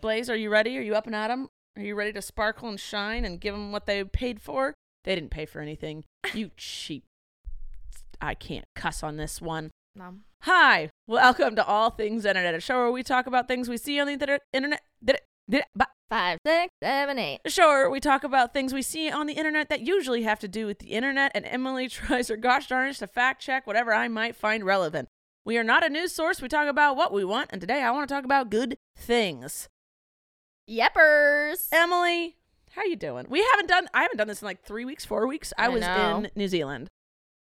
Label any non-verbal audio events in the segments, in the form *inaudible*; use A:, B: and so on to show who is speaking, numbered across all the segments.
A: Blaze, are you ready? Are you up and at 'em? Are you ready to sparkle and shine and give 'em what they paid for? They didn't pay for anything. You cheap. I can't cuss on this one.
B: No.
A: Hi, welcome to All Things Internet, a show where we talk about things we see on the inter- internet. Did it, did it, but
B: Five, six, seven, eight.
A: a show where we talk about things we see on the internet that usually have to do with the internet, and Emily *laughs* tries her gosh darnest to fact check whatever I might find relevant. We are not a news source. We talk about what we want, and today I want to talk about good things.
B: Yeppers.
A: Emily, how you doing? We haven't done I haven't done this in like 3 weeks, 4 weeks. I,
B: I
A: was
B: know.
A: in New Zealand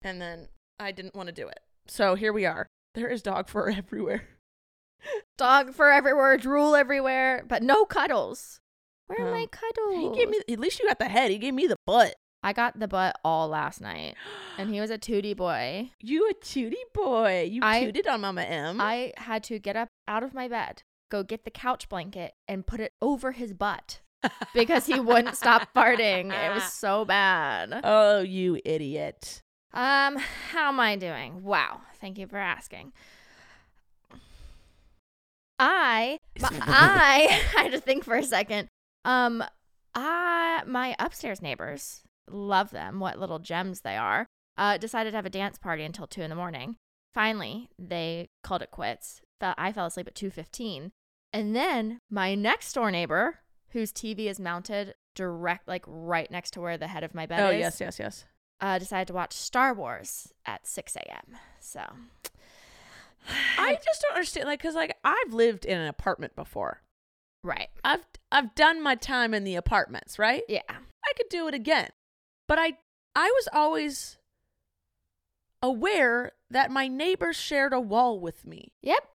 A: and then I didn't want to do it. So here we are. There is dog fur *laughs* everywhere.
B: Dog fur everywhere, drool everywhere, but no cuddles. Where are
A: Um,
B: my
A: He
B: cuddles?
A: gave me at least you got the head. He gave me the butt.
B: I got the butt all last night, and he was a tootie boy.
A: *gasps* You a tootie boy. You
B: I-
A: tooted on Mama M.
B: I had to get up out of my bed, go get the couch blanket, and put it over his butt because he wouldn't stop farting. It was
A: *laughs*
B: so bad.
A: Oh, you idiot.
B: Um, how am I doing? Wow, thank you for asking. I,
A: *laughs*
B: my, I, *laughs* I had to think for a second. Um, I, my upstairs neighbors, love them, what little gems they are, uh, decided to have a dance party until two in the morning. Finally, they called it quits. Fell, I fell asleep at two fifteen, and then my next door neighbor, whose TV is mounted direct, like right next to where the head of my bed
A: oh,
B: is
A: yes, yes, yes.
B: uh, decided to watch Star Wars at 6 a.m. So,
A: I just don't understand like cuz like I've lived in an apartment before.
B: right.
A: I've I've done my time in the apartments, right?
B: Yeah.
A: I could do it again. But I I was always aware that my neighbors shared a wall with me.
B: Yep.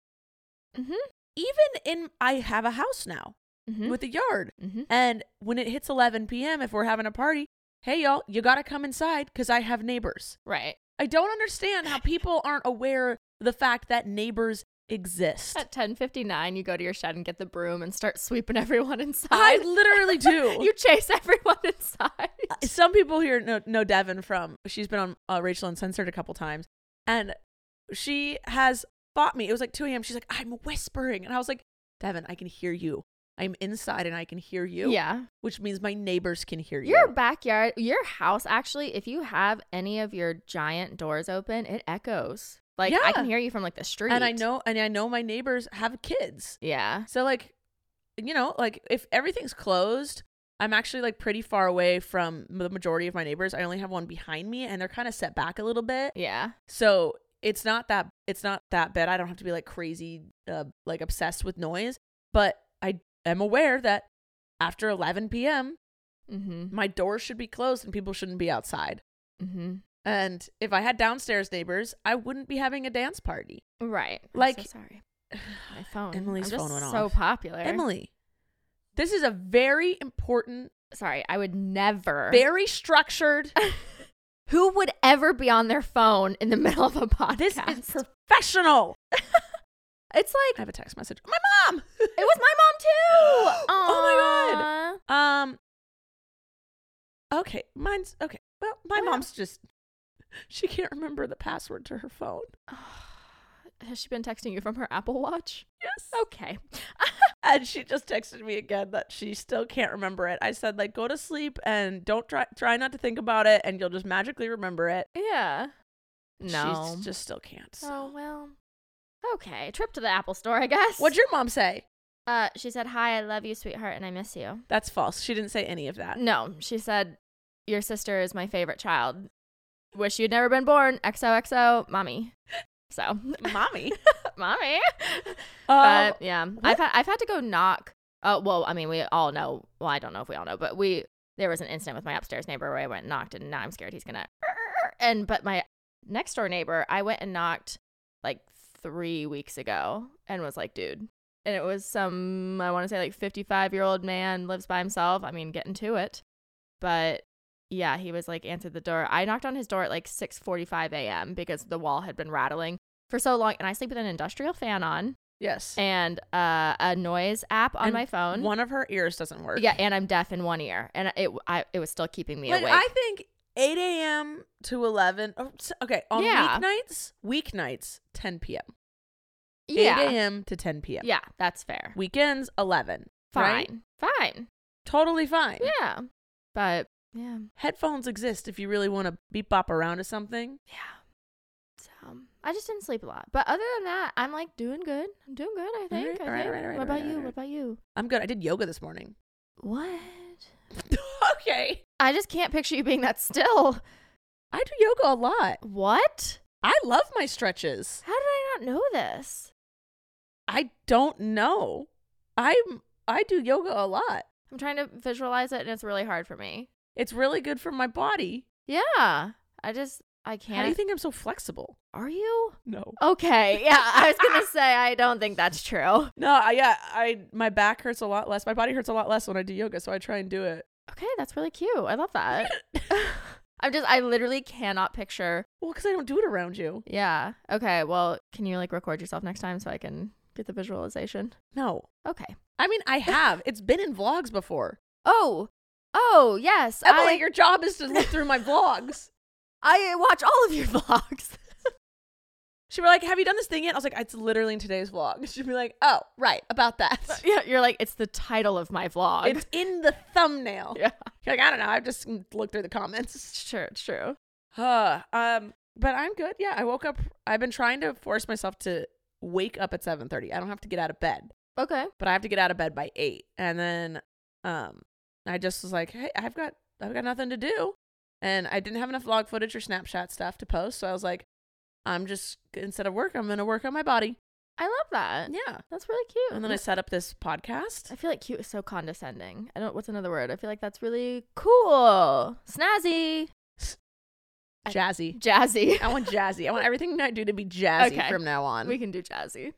B: Mm-hmm.
A: Even in I have a house now
B: Mm-hmm.
A: with a yard.
B: mm-hmm.
A: And when it hits 11 p.m. if we're having a party, hey y'all, you got to come inside cuz I have neighbors.
B: Right.
A: I don't understand how people aren't aware of the fact that neighbors exist.
B: At 10:59, you go to your shed and get the broom and start sweeping everyone *laughs* inside.
A: I literally do.
B: *laughs* you chase everyone inside.
A: some people here know, know Devin from she's been on uh, Rachel Uncensored a couple times, and she has fought me. It was like 2 a.m. She's like, I'm whispering, and I was like, Devin, I can hear you. I'm inside and I can hear you.
B: Yeah.
A: which means my neighbors can hear you.
B: Your backyard, your house actually, if you have any of your giant doors open, it echoes. Like I
A: Yeah.
B: can hear you from like the street.
A: and I know, and I know my neighbors have kids.
B: Yeah.
A: So like, you know, like if everything's closed. I'm actually like pretty far away from the majority of my neighbors. I only have one behind me and they're kind of set back a little bit.
B: Yeah.
A: So it's not that it's not that bad. I don't have to be like crazy, uh, like obsessed with noise. But I am aware that after 11 p.m.,
B: Mhm.
A: my door should be closed and people shouldn't be outside.
B: Mhm.
A: And if I had downstairs neighbors, I wouldn't be having a dance party.
B: Right. I'm so
A: Like- *sighs*
B: sorry. My phone.
A: Emily's
B: I'm just
A: phone went
B: so
A: off.
B: popular.
A: Emily, this is a very important,
B: Sorry, I would never.
A: very
B: *laughs*
A: structured.
B: Who would ever be on their phone in the *laughs* middle of a podcast?
A: This is professional.
B: *laughs* it's
A: I
B: like
A: have a text message. My mom.
B: it
A: *laughs*
B: was my *gasps* mom too.
A: Oh my God.
B: Aw.
A: Um. Okay, mine's okay. Well, my
B: Well-
A: mom's just *laughs* she can't remember the password to her phone.
B: Has she been texting you from her Apple Watch?
A: Yes.
B: Okay.
A: Oh, And she just texted me again that she still can't remember it. I said like go to sleep and don't try try not to think about it and you'll just magically remember it.
B: Yeah. No.
A: She just still can't. so.
B: oh well. Okay. Trip to the Apple Store, I guess.
A: What'd your mom say?
B: Uh, she said, "Hi, I love you, sweetheart, and I miss you."
A: That's false. She didn't say any of that.
B: Uh, No, she said, "Your sister is my favorite child. Wish you'd never been born." XOXO, mommy. So, *laughs*
A: Mommy.
B: mommy.
A: *laughs* Um,
B: but yeah, I've had, I've had to go knock. Uh, well, I mean, we all know. Well, I don't know if we all know, but we there was an incident with my upstairs neighbor where I went and knocked, and now I'm scared he's gonna. And but my next door neighbor, I went and knocked like three weeks ago, and was like, dude, and it was some I want to say like 55 year old man lives by himself. I mean, getting to it, but yeah, he was like answered the door. I knocked on his door at like 6:45 a.m. because the wall had been rattling for so long, and I sleep with an industrial fan on
A: Yes.
B: and uh, a noise app on
A: And
B: my phone.
A: One of her ears doesn't work.
B: yeah, and I'm deaf in one ear, and it I, it was still keeping me
A: But
B: awake.
A: I think 8 a.m. to 11. oh, s- Okay, on
B: Yeah.
A: weeknights, weeknights 10 p.m. 8
B: yeah,
A: a.m. to 10 p.m.
B: yeah, that's fair.
A: Weekends 11.
B: Fine,
A: Right?
B: fine,
A: Totally fine.
B: yeah, but yeah,
A: Headphones exist if you really want to beep bop around to something.
B: Yeah. So um, I just didn't sleep a lot. But other than that, I'm like doing good. I'm doing good, I
A: right,
B: think. I
A: all right,
B: think.
A: all right, all right,
B: what
A: all
B: about
A: right,
B: you?
A: all right.
B: What about you?
A: I'm good. I did yoga this morning. *laughs*
B: What?
A: okay.
B: I just can't picture you being that still.
A: I do yoga a lot.
B: What?
A: I love my stretches.
B: How did I not know this?
A: I don't know. I'm I do yoga a lot.
B: I'm trying to visualize it and it's really hard for me.
A: It's really good for my body.
B: Yeah. I just I can't.
A: How do you think I'm so flexible?
B: Are you?
A: No.
B: Okay. Yeah, I was going to say I don't think that's true.
A: No, I, yeah, I my back hurts a lot less. My body hurts a lot less when I do yoga, so I try and do it.
B: Okay, that's really cute. I love that. *laughs* I'm just I literally cannot picture
A: Well, because I don't do it around you.
B: Yeah. Okay. Well, can you like record yourself next time so I can get the visualization?
A: No.
B: Okay.
A: I mean, I have. It's been in vlogs *laughs* before.
B: Oh. Oh, yes.
A: Emily,
B: I,
A: your job is to look through my vlogs.
B: I watch all of your vlogs.
A: *laughs* She'd be like, Have you done this thing yet? I was like, It's literally in today's vlog. *laughs* She'd be like, Oh, right, about that.
B: yeah, you're like, it's the title of my
A: *laughs*
B: vlog.
A: It's in the thumbnail.
B: yeah.
A: *laughs* You're like, I don't know. I've just looked through the comments.
B: It's true. It's true.
A: *laughs* Huh. Um, but I'm good. Yeah, I woke up. I've been trying to force myself to wake up at 7:30. I don't have to get out of bed,
B: Okay.
A: but I have to get out of bed by eight. And then, um, I just was like, hey, I've got I've got nothing to do, and I didn't have enough vlog footage or Snapchat stuff to post. So I was like, I'm just instead of work, I'm gonna work on my body.
B: I love that.
A: Yeah.
B: That's really cute.
A: And then I set up this podcast.
B: I feel like cute is so condescending. I don't, what's another word? I feel like that's really cool. Snazzy. I-
A: Jazzy.
B: Jazzy.
A: I want jazzy. I want everything I do to be jazzy
B: Okay.
A: from now on.
B: *laughs* we can do jazzy.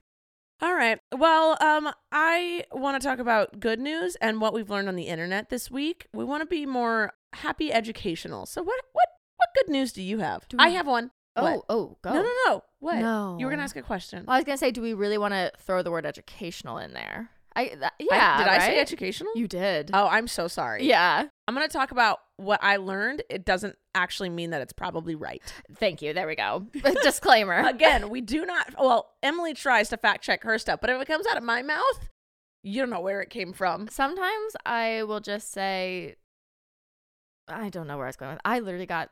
A: All right. Well, um, I want to talk about good news and what we've learned on the internet this week. We want to be more happy educational. So what what what good news do you have?
B: Do
A: I
B: we-
A: have one.
B: Oh,
A: What?
B: oh, go.
A: No, no, no. What?
B: No.
A: You were gonna ask a question.
B: Well, I was gonna say, do we really want to throw the word educational in there? I th-
A: I-
B: yeah.
A: did I say
B: right?
A: educational?
B: You did.
A: oh, I'm so sorry.
B: yeah.
A: I'm gonna talk about what I learned. It doesn't actually mean that it's probably
B: *laughs*
A: right.
B: Thank you. There we go. *laughs* Disclaimer.
A: Again, we do not. Well, Emily tries to fact check her stuff, but if it comes out of my mouth, you don't know where it came from.
B: Sometimes I will just say, I don't know where I was going with. I literally got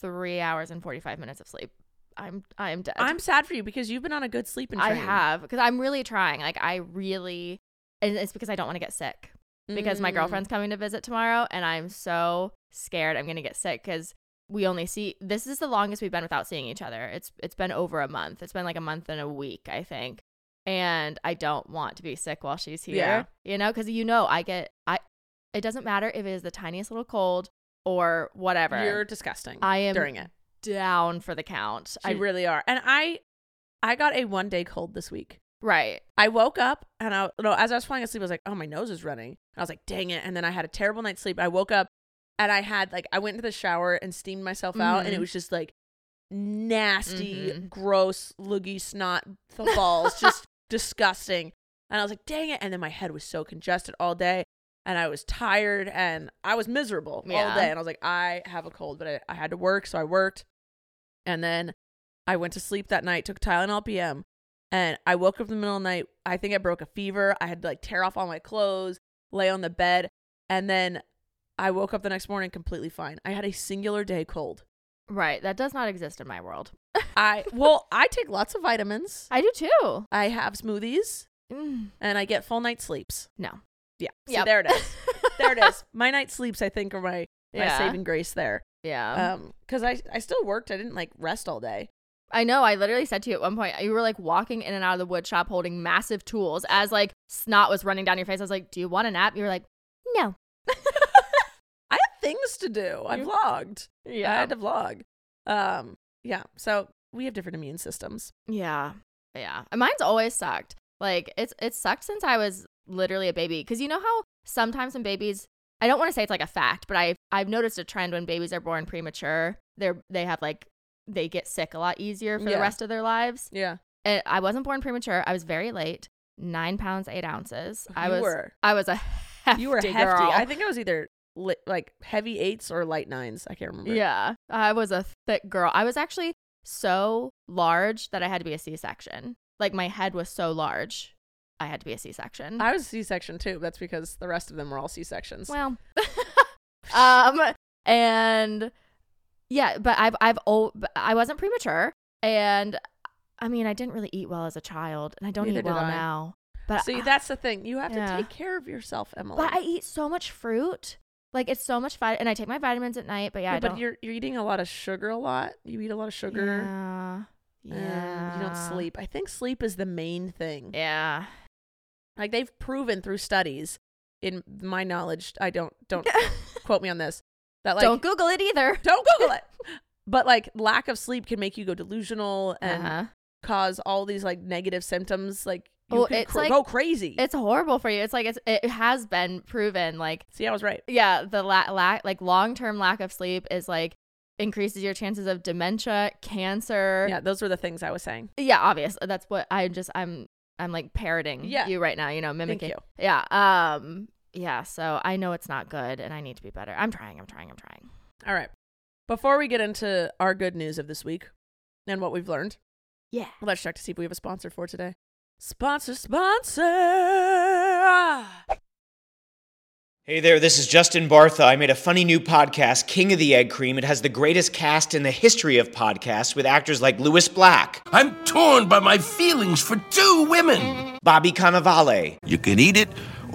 B: three hours and forty five minutes of sleep. I'm I am dead.
A: I'm sad for you because you've been on a good sleeping
B: I
A: train.
B: have because I'm really trying. Like I really, and it's because I don't want to get sick. because my
A: Mm.
B: girlfriend's coming to visit tomorrow and I'm so scared I'm going to get sick cuz we only see this is the longest we've been without seeing each other. It's it's been over a month. It's been like a month and a week, I think. And I don't want to be sick while she's here.
A: Yeah.
B: You know, cuz you know I get I it doesn't matter if it is the tiniest little cold or whatever.
A: Mm, You're disgusting.
B: I am
A: during it.
B: down for the count.
A: You
B: I
A: really are. And I, I got a one day cold this week.
B: right.
A: I woke up and I, no, as I was falling asleep, I was like, oh, my nose is running. And I was like, dang it. And then I had a terrible night's sleep. I woke up and I had like, I went into the shower and steamed myself out, and
B: Mhm.
A: it was just like nasty,
B: Mhm.
A: gross, loogie snot th- balls, just disgusting. And I was like, dang it. And then my head was so congested all day. And I was tired and I was miserable all
B: Yeah.
A: day. And I was like, I have a cold, but I, I had to work. So I worked. And then I went to sleep that night, took Tylenol PM, and I woke up in the middle of the night. I think I broke a fever. I had to like tear off all my clothes, lay on the bed, and then I woke up the next morning completely fine. I had a singular day cold.
B: Right. That does not exist in my world.
A: I well, I take lots of vitamins.
B: I do too.
A: I have smoothies
B: Mm,
A: and I get full night sleeps.
B: no.
A: Yeah. See,
B: Yep.
A: there it is.
B: *laughs*
A: There it is. My night sleeps, I think, are my, my
B: Yeah. Oh.
A: saving grace there.
B: Yeah.
A: Um, because I I still worked. I didn't like rest all day.
B: I know. I literally said to you at one point, you were like walking in and out of the wood shop holding massive tools as like snot was running down your face. I was like, Do you want a nap? You were like, No.
A: I have things to do. I
B: You-
A: vlogged. I had to vlog. Um, yeah. So we have different immune systems.
B: Yeah. Yeah. And Mine's always sucked. Like it's it's sucked since I was literally a baby because you know how sometimes when babies I don't want to say it's like a fact, but I I've, I've noticed a trend when babies are born premature, they're they have like they get sick a lot easier for
A: Yeah.
B: the rest of their lives.
A: Yeah.
B: And Eh, I wasn't born premature. I was very late, nine pounds eight ounces. I
A: You
B: was
A: were-
B: I was a hefty
A: You were hefty.
B: girl.
A: I think I was either li- like heavy eights or light nines. I can't remember.
B: Yeah, I was a thick girl. I was actually so large that I had to be a C-section. Like my head was so large, I had to be a C-section.
A: I was C section too. That's because the rest of them were all C sections.
B: well, *laughs* um, and yeah, but I've I've oh, I wasn't premature, and I mean I didn't really eat well as a child, and I don't
A: Neither
B: eat
A: did
B: well
A: I.
B: now. But
A: See,
B: I-
A: that's the thing. You have
B: Yeah.
A: to take care of yourself, Emily.
B: but I eat so much fruit. Like it's so much fun, and I take my vitamins at night. But yeah,
A: Yeah,
B: I
A: but
B: don't-
A: you're you're eating a lot of sugar a lot. You eat a lot of sugar.
B: Yeah,
A: and
B: yeah.
A: You don't sleep. I think sleep is the main thing.
B: Yeah.
A: Like they've proven through studies, in my knowledge, I don't *laughs*
B: *laughs*
A: don't quote me on this. That like
B: don't Google it either.
A: *laughs* don't
B: *laughs*
A: Google it. But like lack of sleep can make you go delusional and
B: Uh-huh.
A: cause all these like negative symptoms. Like you
B: Well,
A: could
B: it's
A: cr-
B: like-
A: go crazy.
B: *laughs* It's horrible for you. It's like it's it has been proven like
A: See, I was right.
B: yeah, the la- la- like long-term lack of sleep is like increases your chances of dementia, cancer.
A: Yeah, those were the things I was saying.
B: Yeah, obvious. That's what I just I'm I'm like parroting
A: Yeah.
B: you right now, you know,
A: Thank
B: mimicking.
A: you.
B: Yeah. Um yeah, so I know it's not good and I need to be better. I'm trying, I'm trying, I'm trying.
A: All right. Before we get into our good news of this week and what we've learned,
B: Yeah.
A: let's check to see if we have a sponsor for today. Sponsor, sponsor.
C: Hey there, this is Justin Bartha. I made a funny new podcast, King of the Egg Cream. It has the greatest cast in the history of podcasts with actors like Louis Black,
D: I'm torn by my feelings for two women.
C: Bobby Cannavale,
E: You can eat it,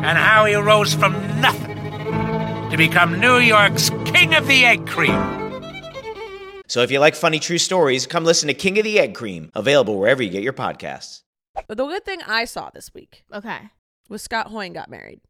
D: and how he rose from nothing to become New York's King of the Egg Cream.
C: So if you like funny true stories, come listen to King of the Egg Cream, available wherever you get your podcasts.
A: But the good thing I saw this week
B: Okay.
A: was Scott Hoyne got married.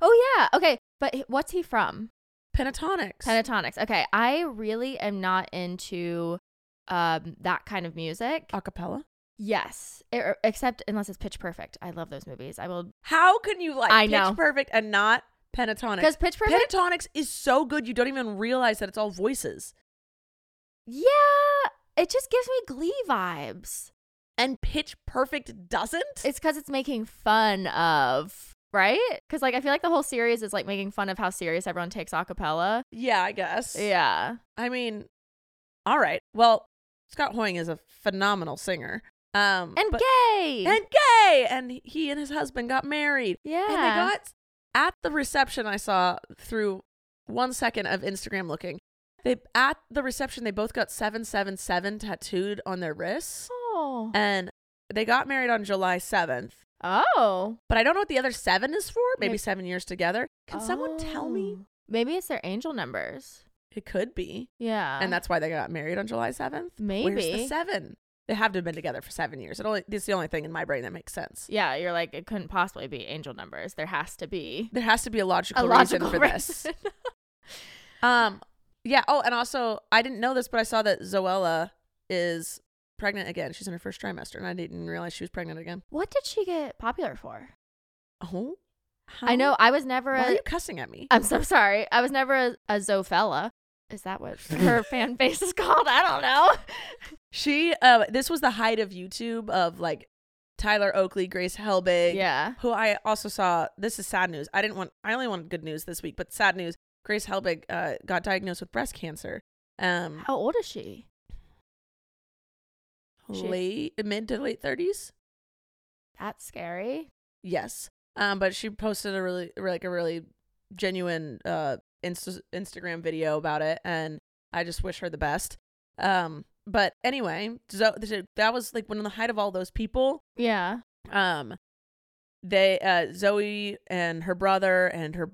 B: Oh yeah. Okay, but h- what's he from?
A: Pentatonics.
B: Pentatonics. Okay, I really am not into um that kind of music.
A: Acapella.
B: Yes, er, except unless it's Pitch Perfect. I love those movies. I will.
A: How can you like
B: I
A: Pitch
B: know.
A: Perfect and not Pentatonics?
B: 'Cause Pitch Perfect-
A: Pentatonics is so good you don't even realize that it's all voices.
B: Yeah, it just gives me Glee vibes.
A: And Pitch Perfect doesn't?
B: It's because it's making fun of right. Because like I feel like the whole series is like making fun of how serious everyone takes acapella.
A: yeah, I guess.
B: Yeah.
A: I mean, all right. Well, Scott Hoying is a phenomenal singer. Um,
B: And
A: but-
B: gay.
A: and gay, and he and his husband got married.
B: yeah.
A: and they got at the reception. I saw through one second of Instagram looking. They at the reception they both got seven seven seven tattooed on their wrists,
B: Oh.
A: and they got married on July seventh.
B: oh.
A: But I don't know what the other seven is for. Maybe
B: May-
A: seven years together. Can someone tell me?
B: Oh. Maybe it's their angel numbers.
A: It could be.
B: Yeah.
A: and that's why they got married on July 7th. Where's the
B: Maybe.
A: seven? They have to have been together for seven years. It only this is the only thing in my brain that makes sense.
B: Yeah, you're like it couldn't possibly be angel numbers. There has to be
A: There has to be a logical,
B: a *laughs* logical
A: reason for this.
B: reason.
A: Um, yeah. Oh, and also I didn't know this, but I saw that Zoella is pregnant again. She's in her first trimester, and I didn't realize she was pregnant again.
B: what did she get popular for?
A: Oh, How-
B: I know Uh, I was never
A: Why are
B: a.
A: you cussing at me?
B: I'm so sorry. I was never a, a Zofella. Is
A: *laughs*
B: that what her fan base is called? I don't know.
A: She. Uh, this was the height of YouTube of like Tyler Oakley, Grace Helbig.
B: Yeah.
A: who I also saw. This is sad news. I didn't want. I only wanted good news this week, but sad news. Grace Helbig uh, got diagnosed with breast cancer. Um,
B: How old is she? she-
A: late mid to late thirties.
B: That's scary.
A: Yes. Um, but she posted a really like a really genuine uh Insta- Instagram video about it, and I just wish her the best. Um, But anyway, so so that was like when in the height of all those people,
B: Yeah.
A: um, they uh Zoe and her brother and her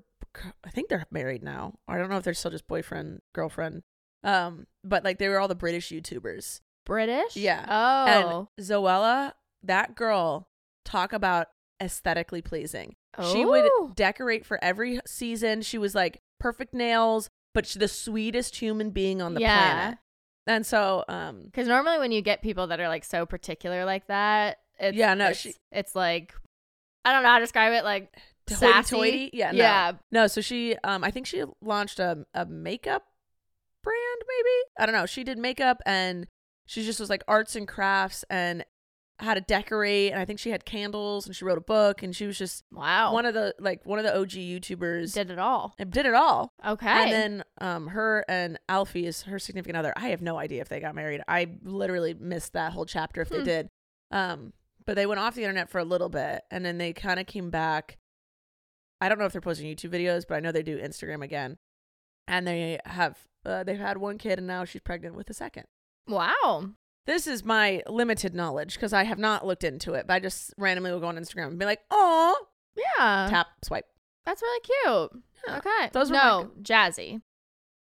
A: I think they're married now. I don't know if they're still just boyfriend girlfriend. Um, but like they were all the British YouTubers.
B: British?
A: Yeah.
B: Oh.
A: And Zoella, that girl, talk about aesthetically pleasing. She
B: Oh.
A: would decorate for every season. She was like perfect nails, but she, the sweetest human being on the
B: Yeah.
A: planet. And so, um,
B: Because normally when you get people that are like so particular like that, it's,
A: Yeah, no,
B: it's,
A: she-
B: it's like I don't know how to describe it. Like sassy.
A: hoity-toity. Yeah, no.
B: yeah.
A: No, so she, um, I think she launched a a makeup brand, maybe. I don't know. She did makeup, and she just was like arts and crafts, and how to decorate. And I think she had candles, and she wrote a book, and she was just
B: Wow.
A: one of the like one of the OG YouTubers.
B: Oh. did it all.
A: and did it all.
B: Okay.
A: And then um, her and Alfie is her significant other. I have no idea if they got married. I literally missed that whole chapter if they
B: Hmm.
A: did. Um, but they went off the internet for a little bit and then they kind of came back. I don't know if they're posting YouTube videos, but I know they do Instagram again. And they have uh, they've had one kid and now she's pregnant with a second.
B: wow.
A: This is my limited knowledge because I have not looked into it, but I just randomly will go on Instagram and be like, "Oh,
B: Yeah.
A: tap swipe."
B: That's really cute.
A: Yeah.
B: Okay.
A: Those were my-
B: no jazzy.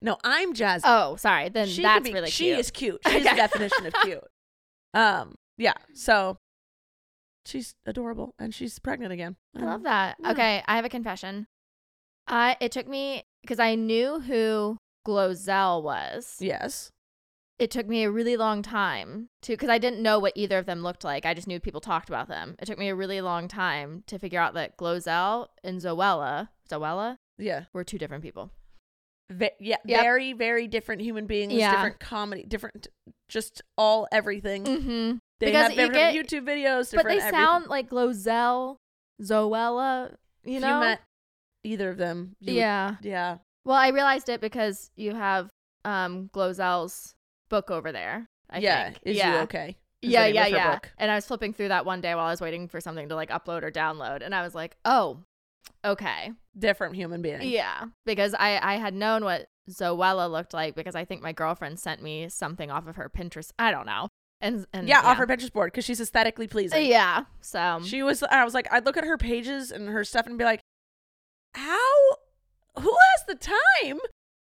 A: No, I'm Jazzy.
B: Oh, sorry. Then
A: she can
B: that's
A: be-
B: really
A: she
B: cute.
A: is
B: *laughs*
A: cute. She's the
B: Okay.
A: definition of cute. Um, yeah. So she's adorable, and she's pregnant again.
B: I love that.
A: Yeah.
B: Okay, I have a confession. I it took me because I knew who Glozell was.
A: Yes.
B: It took me a really long time to because I didn't know what either of them looked like. I just knew people talked about them. It took me a really long time to figure out that Glozell and Zoella, Zoella,
A: Yeah.
B: were two different people.
A: Ve- yeah.
B: Yep.
A: Very, very different human beings.
B: Yeah.
A: Different comedy. Different. Just all everything.
B: Mm-hmm.
A: They
B: because
A: have
B: you
A: different
B: get-
A: YouTube videos.
B: But they
A: different everything.
B: sound like Glozell, Zoella. You
A: If
B: know.
A: met either of them. you would-
B: yeah.
A: yeah.
B: Well, I realized it because you have um Glozell's book over there. I
A: yeah.
B: think.
A: Is
B: yeah.
A: you okay? Is
B: Yeah,
A: the name
B: yeah,
A: of her
B: yeah.
A: book.
B: And I was flipping through that one day while I was waiting for something to like upload or download, and I was like, "Oh, okay,
A: Different human being.
B: yeah," because I I had known what Zoella looked like because I think my girlfriend sent me something off of her Pinterest. I don't know, and and Uh,
A: Yeah, off her Pinterest board because she's aesthetically pleasing.
B: yeah. So
A: she was i was like i'd look at her pages and her stuff and be like how who has the time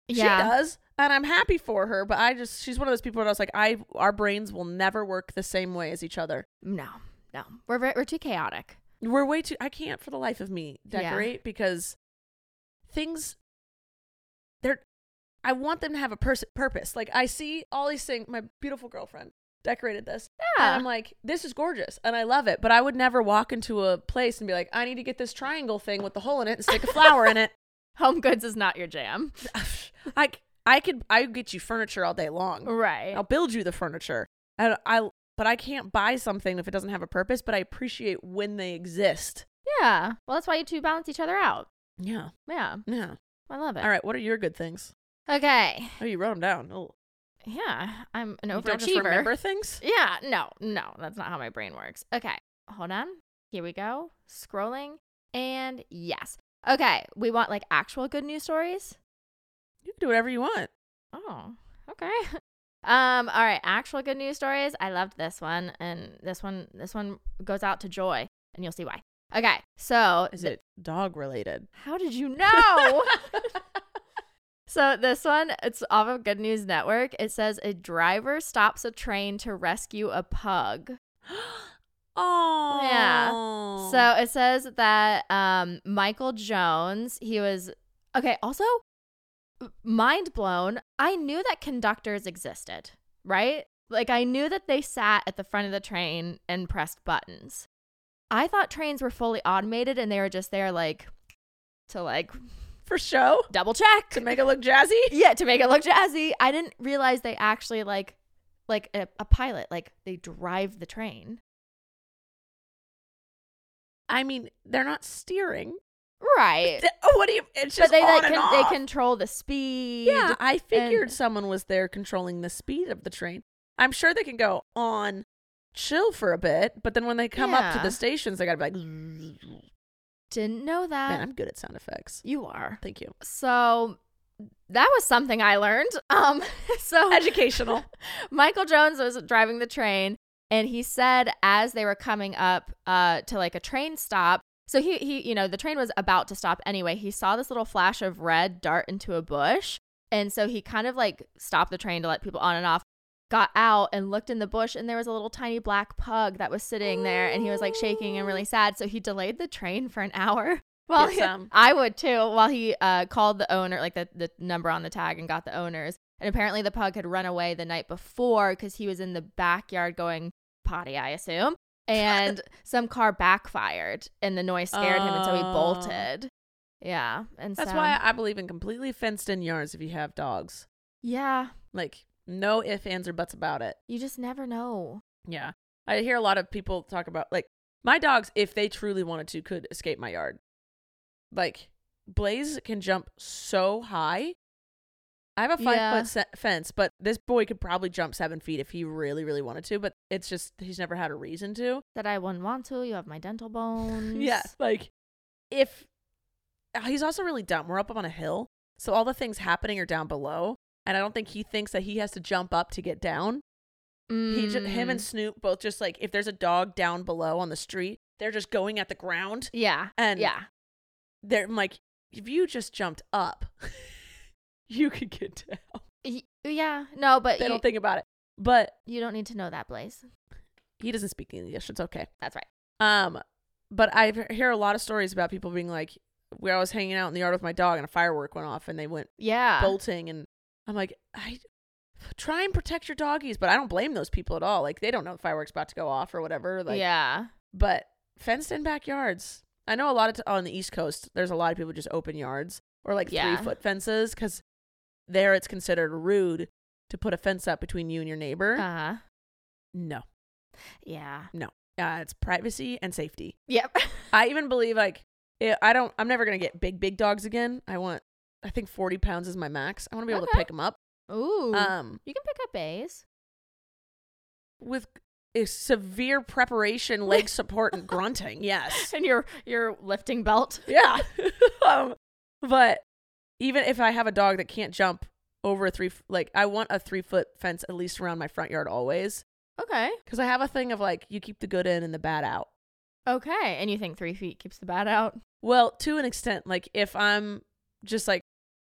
A: she
B: yeah,
A: does and i'm happy for her but i just she's one of those people that i was like i our brains will never work the same way as each other
B: no, no, we're ve- we're too chaotic.
A: we're way too i can't for the life of me
B: Yeah.
A: decorate because things they're i want them to have a pers- purpose like i see ollie sing my beautiful girlfriend decorated this and
B: Yeah.
A: i'm like this is gorgeous and i love it but i would never walk into a place and be like i need to get this triangle thing with the hole in it and stick a flower in
B: *laughs*
A: it *laughs*
B: Home goods is not your jam,
A: i c- i could i could get you furniture all day long
B: right?
A: I'll build you the furniture. And I but I can't buy something if it doesn't have a purpose, but I appreciate when they exist.
B: Yeah. Well, that's why you two balance each other out.
A: Yeah.
B: Yeah.
A: Yeah.
B: I love it.
A: All right, what are your good things?
B: Okay.
A: Oh, you wrote them down. Oh,
B: Yeah. I'm an
A: you don't just
B: overachiever.
A: remember things?
B: yeah. No, no. That's not how my brain works. Okay. Hold on. Here we go. Scrolling. And yes. Okay. We want like actual good news stories.
A: You can do whatever you want.
B: Oh, okay. *laughs* Um, all right, actual good news stories. I loved this one, and this one, this one goes out to Joy, and you'll see why. Okay, so
A: Is it dog related?
B: How did you know? so this one, it's off of Good News Network. It says a driver stops a train to rescue a pug.
A: oh.
B: So it says that um, Michael Jones, he was okay. Also, mind blown. I knew that conductors existed, right? Like I knew that they sat at the front of the train and pressed buttons. I thought trains were fully automated and they were just there, like to like
A: for show
B: double check
A: to make it look jazzy?
B: *laughs* yeah to make it look jazzy i didn't realize they actually like like a, a pilot like they drive the train
A: I mean, they're not steering.
B: right
A: Th- Oh, what do you It's
B: but
A: just
B: they
A: on
B: like
A: and
B: can,
A: off.
B: they control the speed
A: Yeah, I figured
B: and-
A: someone was there controlling the speed of the train. I'm sure they can go on chill for a bit, but then when they come up to
B: Yeah.
A: the stations, they gotta be like, "Man,
B: didn't know that
A: I'm good at sound effects."
B: *laughs* you Uh, are
A: Thank you.
B: so that was something I learned. Um, *laughs* so
A: Educational.
B: Michael Jones was driving the train, and he said as they were coming up uh, to like a train stop. So he he you know the train was about to stop anyway. He saw this little flash of red dart into a bush, and so he kind of like stopped the train to let people on and off. Got out and looked in the bush, and there was a little tiny black pug that was sitting there, and he was like shaking and really sad. So he delayed the train for an *laughs* hour. Well,
A: Get some.
B: I would too. While he uh, called the owner, like the, the number on the tag, and got the owners. And apparently, the pug had run away the night before because he was in the backyard going potty, I assume.
A: *laughs*
B: And some car backfired, and the noise scared him, and so he
A: Oh.
B: bolted. Yeah, and
A: That's
B: so-
A: why I believe in completely fenced in yards if you have dogs.
B: yeah,
A: Like, no ifs, ands, or buts about it.
B: you just never know.
A: Yeah. I hear a lot of people talk about, like, my dogs, if they truly wanted to, could escape my yard. Like, Blaze can jump so high. I have a five
B: Yeah.
A: foot se- fence, but this boy could probably jump seven feet if he really, really wanted to, but it's just, he's never had a reason to.
B: That I wouldn't want to. You have my dental bones.
A: Yeah, like if uh, he's also really dumb. We're up on a hill, so all the things happening are down below, and I don't think he thinks that he has to jump up to get down. He just him and
B: Mm.
A: Snoop both just like if there's a dog down below on the street, they're just going at the ground.
B: yeah,
A: and-
B: yeah,
A: They're I'm like, if you just jumped up, *laughs* you could get down.
B: Y- yeah. No, but
A: They
B: you,
A: don't think about it, but
B: you don't need to know that, Blaze.
A: he doesn't speak English. It's okay.
B: That's right.
A: Um, but I hear a lot of stories about people being like, where I was hanging out in the yard with my dog and a firework went off and they went
B: Yeah,
A: bolting and I'm like, I try and protect your doggies, but I don't blame those people at all. Like they don't know the fireworks about to go off or whatever. Like,
B: yeah.
A: But fenced in backyards. I know a lot of t- on the East Coast, there's a lot of people just open yards or like
B: Yeah.
A: three foot fences because there it's considered rude to put a fence up between you and your neighbor.
B: Uh huh.
A: no,
B: Yeah.
A: no, uh, it's privacy and safety. *laughs*
B: Yep.
A: I even believe like i I don't. I'm never gonna get big big dogs again. I want. I think 40 pounds is my max. I want to be able to
B: Okay.
A: pick them up.
B: Ooh.
A: Um,
B: you can pick
A: *laughs*
B: up A's.
A: with a severe preparation, leg support, and grunting. Yes.
B: And your your lifting belt.
A: Yeah. *laughs* um, but even if I have a dog that can't jump over a three, f- like I want a three foot fence at least around my front yard always,
B: Okay.
A: because I have a thing of like you keep the good in and the bad out.
B: Okay. And you think three feet keeps the bat out?
A: Well, to an extent, like if I'm just like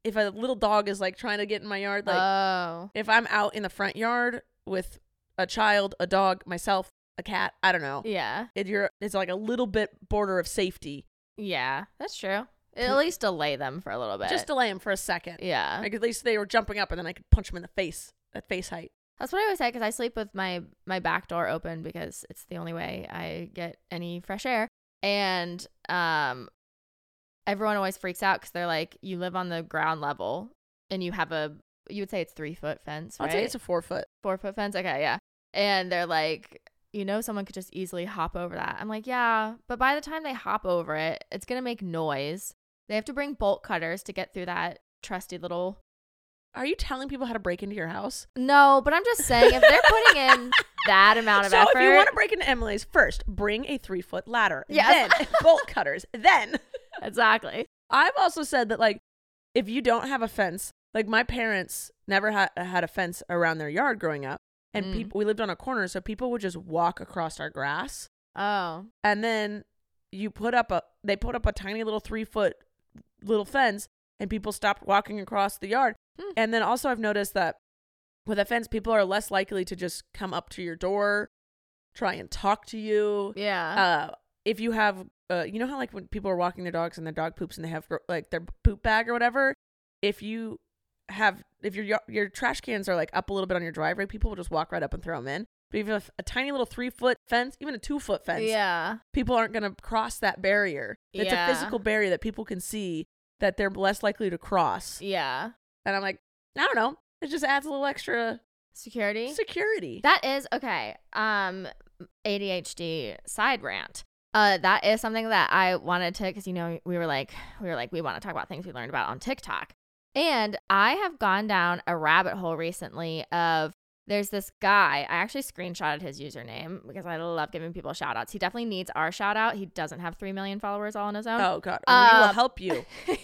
A: if a little dog is like trying to get in my yard, like
B: oh.
A: if I'm out in the front yard with a child, a dog, myself, a cat, I don't know.
B: Yeah.
A: It, you're, it's like a little bit border of safety.
B: Yeah. That's true. At least delay them for a little bit.
A: Just delay him for a second.
B: yeah.
A: Like at least they were jumping up, and then I could punch him in the face at face height.
B: That's what I always say because I sleep with my my back door open because it's the only way I get any fresh air. And um, everyone always freaks out because they're like, you live on the ground level and you have a you would say it's three foot fence,
A: I'd
B: right?
A: say it's a four foot.
B: four foot fence. Okay, yeah. And they're like, you know, someone could just easily hop over that. I'm like, yeah, but by the time they hop over it, it's gonna make noise. They have to bring bolt cutters to get through that trusty little.
A: Are you telling people how to break into your house?
B: No, but I'm just saying if they're putting in
A: *laughs*
B: that amount of
A: so
B: effort,
A: if you want to break into Emily's, first bring a three foot ladder.
B: Yes. *laughs*
A: Then bolt cutters. Then
B: exactly.
A: I've also said that like if you don't have a fence, like my parents never had had a fence around their yard growing up, and
B: Mm.
A: people we lived on a corner, so people would just walk across our grass.
B: Oh,
A: and then you put up a they put up a tiny little three foot little fence and people stopped walking across the yard
B: Hmm.
A: and then also i've noticed that with a fence people are less likely to just come up to your door try and talk to you
B: yeah.
A: uh if you have uh you know how like when people are walking their dogs and their dog poops and they have gr- like their poop bag or whatever if you have if your y- your trash cans are like up a little bit on your driveway people will just walk right up and throw them in but even if a tiny little three foot fence even a two foot Oh, fence
B: yeah.
A: people aren't going to cross that barrier. It's
B: Yeah.
A: a physical barrier that people can see that they're less likely to cross.
B: Yeah.
A: And I'm like, I don't know. It just adds a little extra
B: Security.
A: security.
B: That is okay. Um, ADHD side rant. Uh, that is something that I wanted to, because you know we were like we were like we want to talk about things we learned about on TikTok, and I have gone down a rabbit hole recently of there's this guy. I actually screenshotted his username because I love giving people shout outs. He definitely needs our shout out. He doesn't have three million followers all on his own. *laughs*
A: oh, God. We will
B: Uh,
A: help you. *laughs*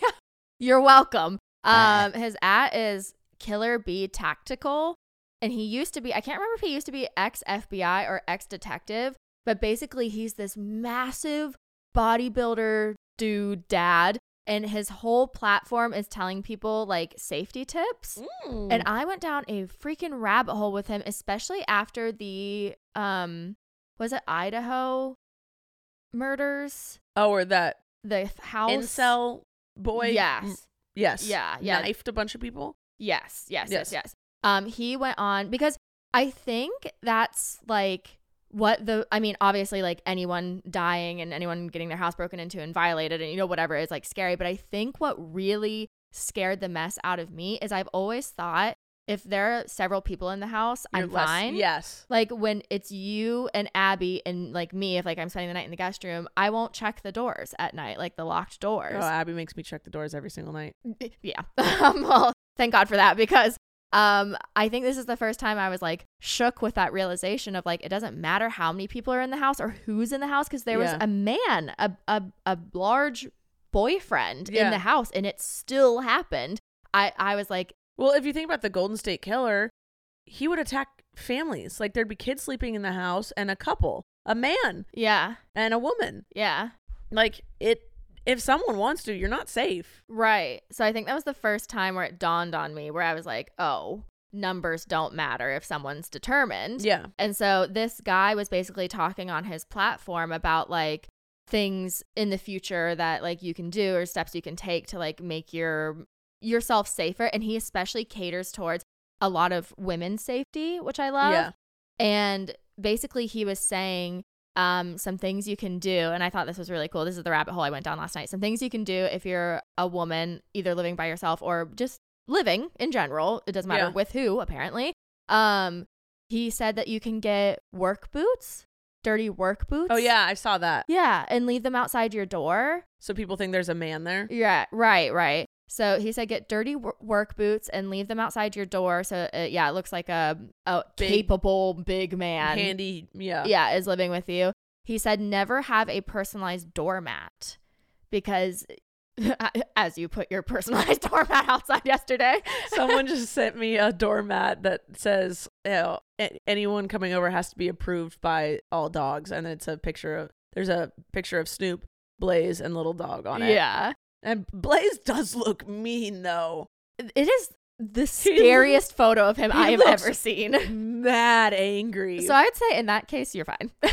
B: You're welcome. Um, his at is Killer B Tactical, and he used to be I can't remember if he used to be ex FBI or ex detective, but basically he's this massive bodybuilder dude dad, and his whole platform is telling people like safety tips.
A: Mm.
B: And I went down a freaking rabbit hole with him, especially after the um was it Idaho murders?
A: Oh, or that
B: The f- house
A: incel boy. Mm.
B: Yes.
A: Yes.
B: Yeah, yeah.
A: Knifed a bunch of people.
B: Yes, yes,
A: Yes.
B: yes, yes. Um, he went on because I think that's like what the I mean, obviously, like anyone dying and anyone getting their house broken into and violated and you know whatever is like scary. But I think what really scared the mess out of me is I've always thought if there are several people in the house, I'm
A: You're less-
B: fine.
A: Yes.
B: Like when it's you and Abby and like me, if like I'm spending the night in the guest room, I won't check the doors at night, like the locked doors
A: Oh, Abby makes me check the doors every single night.
B: yeah. *laughs* Um, well, thank God for that because um, I think this is the first time I was like shook with that realization of like it doesn't matter how many people are in the house or who's in the house because there was
A: Yeah.
B: a man, a a, a large boyfriend in
A: Yeah.
B: the house, and it still happened. I I was like,
A: Well, if you think about the Golden State Killer, he would attack families. Like there'd be kids sleeping in the house and a couple, a man
B: yeah,
A: and a woman.
B: yeah.
A: Like it. If someone wants to, you're not safe.
B: Right. So I think that was the first time where it dawned on me where I was like, oh, numbers don't matter if someone's determined.
A: Yeah.
B: And so this guy was basically talking on his platform about like things in the future that like you can do or steps you can take to like make your yourself safer and he especially caters towards a lot of women's safety, which I love.
A: Yeah.
B: And basically he was saying um, some things you can do, and I thought this was really cool. This is the rabbit hole I went down last night. Some things you can do if you're a woman, either living by yourself or just living in general. It doesn't matter
A: Yeah.
B: with who, apparently. Um, he said that you can get work boots, dirty work boots.
A: Oh yeah, I saw that.
B: Yeah, and leave them outside your door.
A: So people think there's a man there.
B: Yeah, right, right. So he said, get dirty wor- work boots and leave them outside your door. So uh, yeah, it looks like a, a
A: Big-
B: capable big man,
A: Handy. Yeah.
B: yeah, is living with you. He said, never have a personalized doormat because, *laughs* as you put your personalized *laughs* doormat outside yesterday,
A: *laughs* Someone just sent me a doormat that says you know, a- anyone coming over has to be approved by all dogs, and it's a picture of there's a picture of Snoop, Blaze, and Little Dog on it.
B: Yeah.
A: and Blaze does look mean though.
B: *laughs* It is
A: *laughs*
B: the
A: He
B: scariest photo of him
A: he
B: I have
A: looks-
B: ever seen.
A: Mad angry.
B: So I'd say in that case, you're fine. *laughs*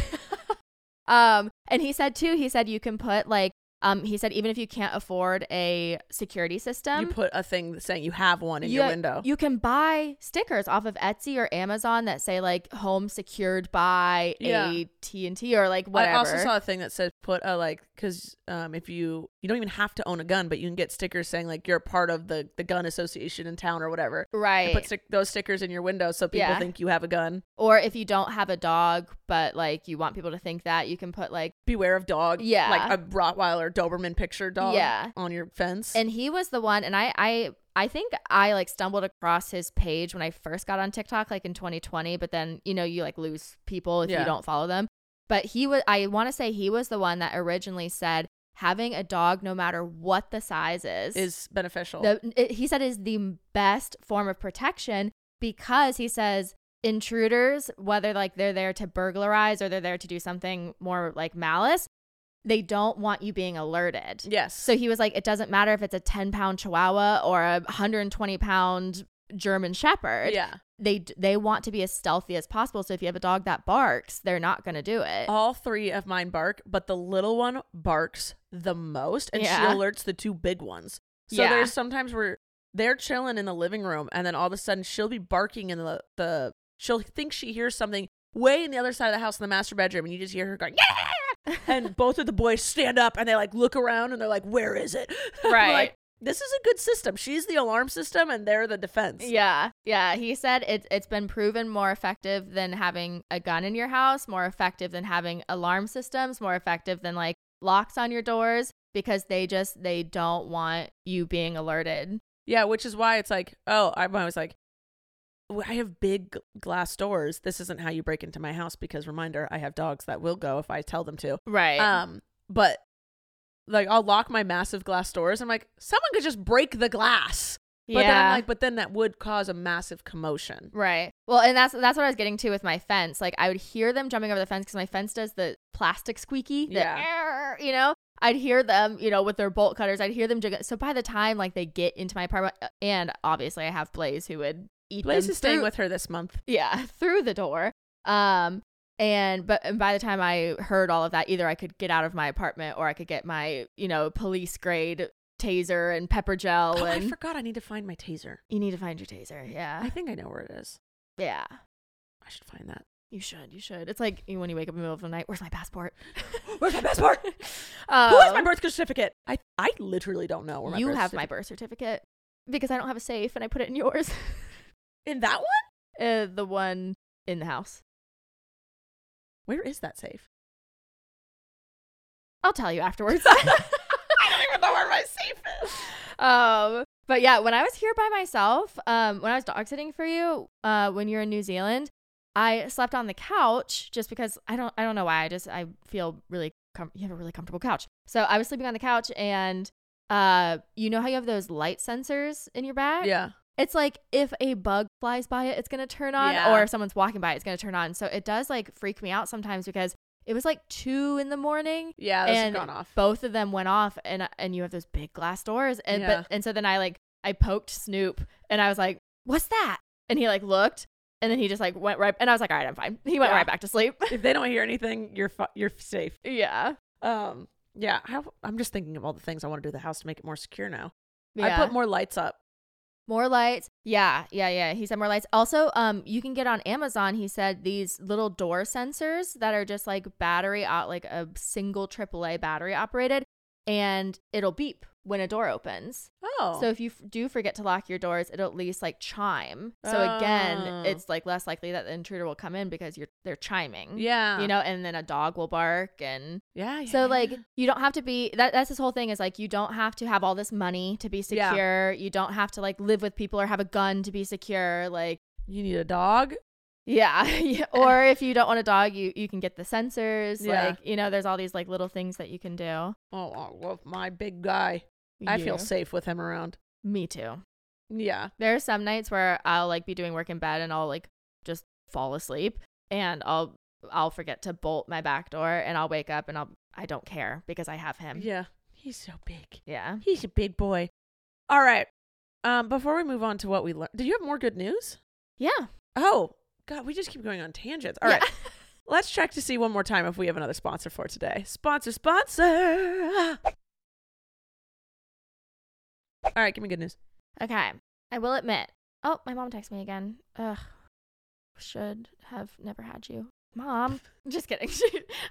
B: um, and he said too, he said you can put like, um, he said even if you can't afford a security system,
A: you put a thing saying you have one in
B: you-
A: your window.
B: You can buy stickers off of Etsy or Amazon that say like home secured by
A: Yeah.
B: a T and T or like whatever.
A: I also saw a thing that said put a like because um if you you don't even have to own a gun, but you can get stickers saying like you're a part of the the gun association in town or whatever.
B: right.
A: And put stick- those stickers in your window so people
B: Yeah.
A: think you have a gun.
B: or if you don't have a dog but like you want people to think that, you can put like
A: Beware of dog.
B: Yeah.
A: like a Rottweiler Doberman picture dog.
B: Yeah.
A: on your fence.
B: and he was the one and I I I think I like stumbled across his page when I first got on TikTok like in 2020, but then you know you like lose people if
A: Yeah.
B: you don't follow them. But he was I want to say he was the one that originally said having a dog no matter what the size is
A: is beneficial.
B: The, it- he said is the best form of protection because he says intruders, whether like they're there to burglarize or they're there to do something more like malice, they don't want you being alerted.
A: yes.
B: So he was like, it doesn't matter if it's a 10 pound chihuahua or a 120 pound German shepherd.
A: yeah.
B: They, d- they want to be as stealthy as possible. So if you have a dog that barks, they're not going to do it.
A: All three of mine bark, but the little one barks the most, and
B: Yeah.
A: she alerts the two big ones. So
B: Yeah.
A: there's sometimes where they're chilling in the living room, and then all of a sudden she'll be barking in the the. She'll think she hears something way in the other side of the house in the master bedroom, and you just hear her going,
B: *laughs*
A: "Yeah!" and both of the boys stand up and they like look around and they're like, "Where is it?" *laughs* I'm
B: Right.
A: like, this is a good system. She's the alarm system, and they're the defense.
B: Yeah, yeah. He said it, it's been proven more effective than having a gun in your house, more effective than having alarm systems, more effective than like locks on your doors because they just they don't want you being alerted.
A: Yeah, which is why it's like, oh, I I was like, "W- I have big g- glass doors. This isn't how you break into Uh, my house because reminder, I have dogs that will go if I tell them to.
B: Right.
A: Um, but like I'll lock my massive glass doors. I'm like, someone could just break the glass. But then
B: Yeah.
A: I'm like, but then that would cause a massive commotion.
B: Right. Well, and that's that's what I was getting to with my fence. Like I would hear them jumping over the fence because my fence does the plastic squeaky. The
A: Yeah.
B: "Arr," you know, I'd hear them, you know, with their bolt cutters. I'd hear them jig. So by the time like they get into my apartment, uh, and obviously I have Blaze who would eat.
A: Blaze
B: them
A: is staying
B: through-
A: with her this month.
B: yeah *laughs* through the door um and but and by the time i heard all of that either i could get out of my apartment or i could get my you know police grade taser and pepper gel
A: Oh, I
B: and
A: forgot I need to find my taser.
B: you need to find your taser yeah
A: I think I know where it is.
B: yeah
A: I should find that.
B: you should you should it's like you- when you wake up in the middle of the night where's my passport
A: *laughs* Where's my
B: *laughs*
A: passport?
B: um,
A: Who has my birth certificate? I I literally don't know where my
B: you
A: birth
B: have my
A: certificate-
B: birth certificate because i don't have a safe and i put it in yours *laughs*
A: in that one.
B: uh, the one in the house
A: Where is that safe?
B: i'll tell you afterwards *laughs*
A: I don't even know where my safe is.
B: um but yeah when i was here by myself um when i was dog sitting for you uh when you're in new zealand i slept on the couch just because i don't i don't know why i just i feel really com- you have a really comfortable couch so i was sleeping on the couch and uh you know how you have those light sensors in your bag
A: Yeah.
B: it's like if a bug flies by it, it's gonna turn on,
A: Yeah.
B: or if someone's walking by, it's gonna turn on. So it does like freak me out sometimes because it was like two in the morning.
A: Yeah, those have
B: and
A: gone off.
B: *laughs* both of them went off, and and you have those big glass doors, and
A: Yeah.
B: but and so then I like I poked Snoop, and I was like, "What's that?" And he like looked, and then he just like went right, and I was like, "All right, I'm fine." He went
A: Yeah.
B: right back to sleep. *laughs*
A: if they don't hear anything, you're fu- you're safe.
B: yeah,
A: Um. Yeah. I, I'm just thinking of all the things I want to do to the house to make it more secure now. I
B: Yeah.
A: put more lights up.
B: More lights. Yeah, yeah, yeah. He said more lights. Also, um, you can get on Amazon. He said these little door sensors that are just like battery out, like a single AAA battery operated, and it'll beep when a door opens.
A: Oh.
B: So if you f- do forget to lock your doors, it'll at least like chime. So
A: Oh.
B: again, it's like less likely that the intruder will come in because you're they're chiming.
A: yeah.
B: Mm, You know, and then a dog will bark and
A: Yeah. yeah,
B: so like
A: yeah.
B: you don't have to be that that's this whole thing is like you don't have to have all this money to be
A: Yeah.
B: secure. You don't have to like live with people or have a gun to be secure. Like
A: you need a dog.
B: yeah. *laughs* yeah. or if you don't want a dog, you you can get the sensors.
A: Yeah.
B: Like, you know, there's all these like little things that you can do.
A: Oh, I love my big guy. I
B: Yeah.
A: feel safe with him around.
B: Me too.
A: Yeah.
B: There are some nights where I'll like be doing work in bed and I'll like just fall asleep and I'll I'll forget to bolt my back door and I'll wake up and I'll I don't care because I have him. Mm-hmm.
A: Yeah. He's so big.
B: Yeah.
A: He's a big boy. All right. Um, before we move on to what we learned, do you have more good news?
B: Yeah.
A: Oh, God, we just keep going on tangents. All
B: Yeah.
A: right. Let's check to see one more time if we have another sponsor for today. Sponsor, sponsor. All right, give me good news.
B: Okay. I will admit. Oh, my mom texts me again. Ugh. Should have never had you. Mom. *laughs* Just kidding.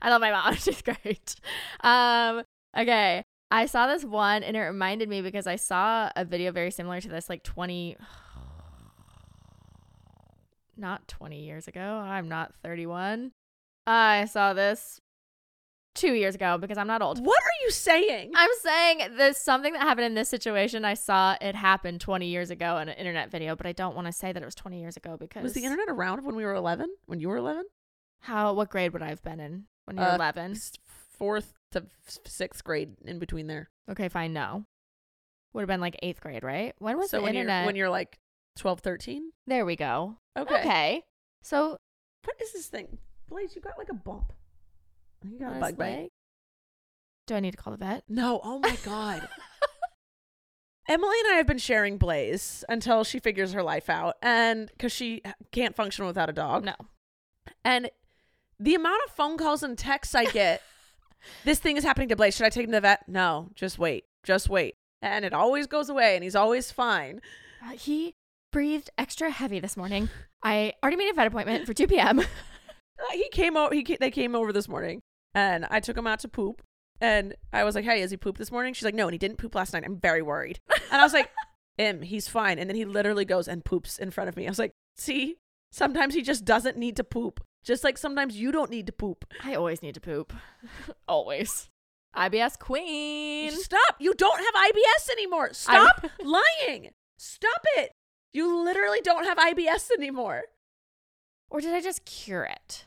B: I love my mom. *laughs* She's great. Um, okay. I saw this one and it reminded me because I saw a video very similar to this like 20 *sighs* not 20 years ago. I'm not 31. I saw this 2 years ago because I'm not old.
A: What are you saying?
B: I'm saying there's something that happened in this situation. I saw it happen 20 years ago in an internet video, but I don't want to say that it was 20 years ago because
A: Was the internet around when we were 11? When you were 11?
B: How? What grade would I have been in when you're
A: Uh,
B: 11?
A: s- Fourth to f- sixth grade in between there.
B: Okay, fine. No, would have been like eighth grade, right? When was
A: so
B: the
A: when
B: internet?
A: You're, when you're like 12, 13?
B: there we go.
A: Okay.
B: Okay. So
A: What is this thing? Blaze, you got like a bump. You got
B: on
A: a
B: his
A: bug bite.
B: leg- Do I need to call the vet?
A: No, oh my God. *laughs* Emily and I have been sharing Blaze until she figures her life out and because she can't function without a dog.
B: no.
A: And the amount of phone calls and texts I get, this thing is happening to Blaze. Should I take him to the vet? No, just wait. Just wait. And it always goes away and he's always fine.
B: Uh, he breathed extra heavy this morning. I already made a vet appointment for
A: *laughs*
B: 2 p.m.
A: Uh, he came over. He ca- they came over this morning, and I took him out to poop. And I was like, "Hey, is he pooped this morning?" She's like, "No," and he didn't poop last night. I'm very worried. And I was like, "Em, he's fine." And then he literally goes and poops in front of me. I was like, "See, sometimes he just doesn't need to poop. Just like sometimes you don't need to poop.
B: I always need to poop. *laughs* always. IBS queen.
A: Stop. You don't have IBS anymore. Stop lying. Stop it. You literally don't have IBS anymore.
B: Or did I just cure it?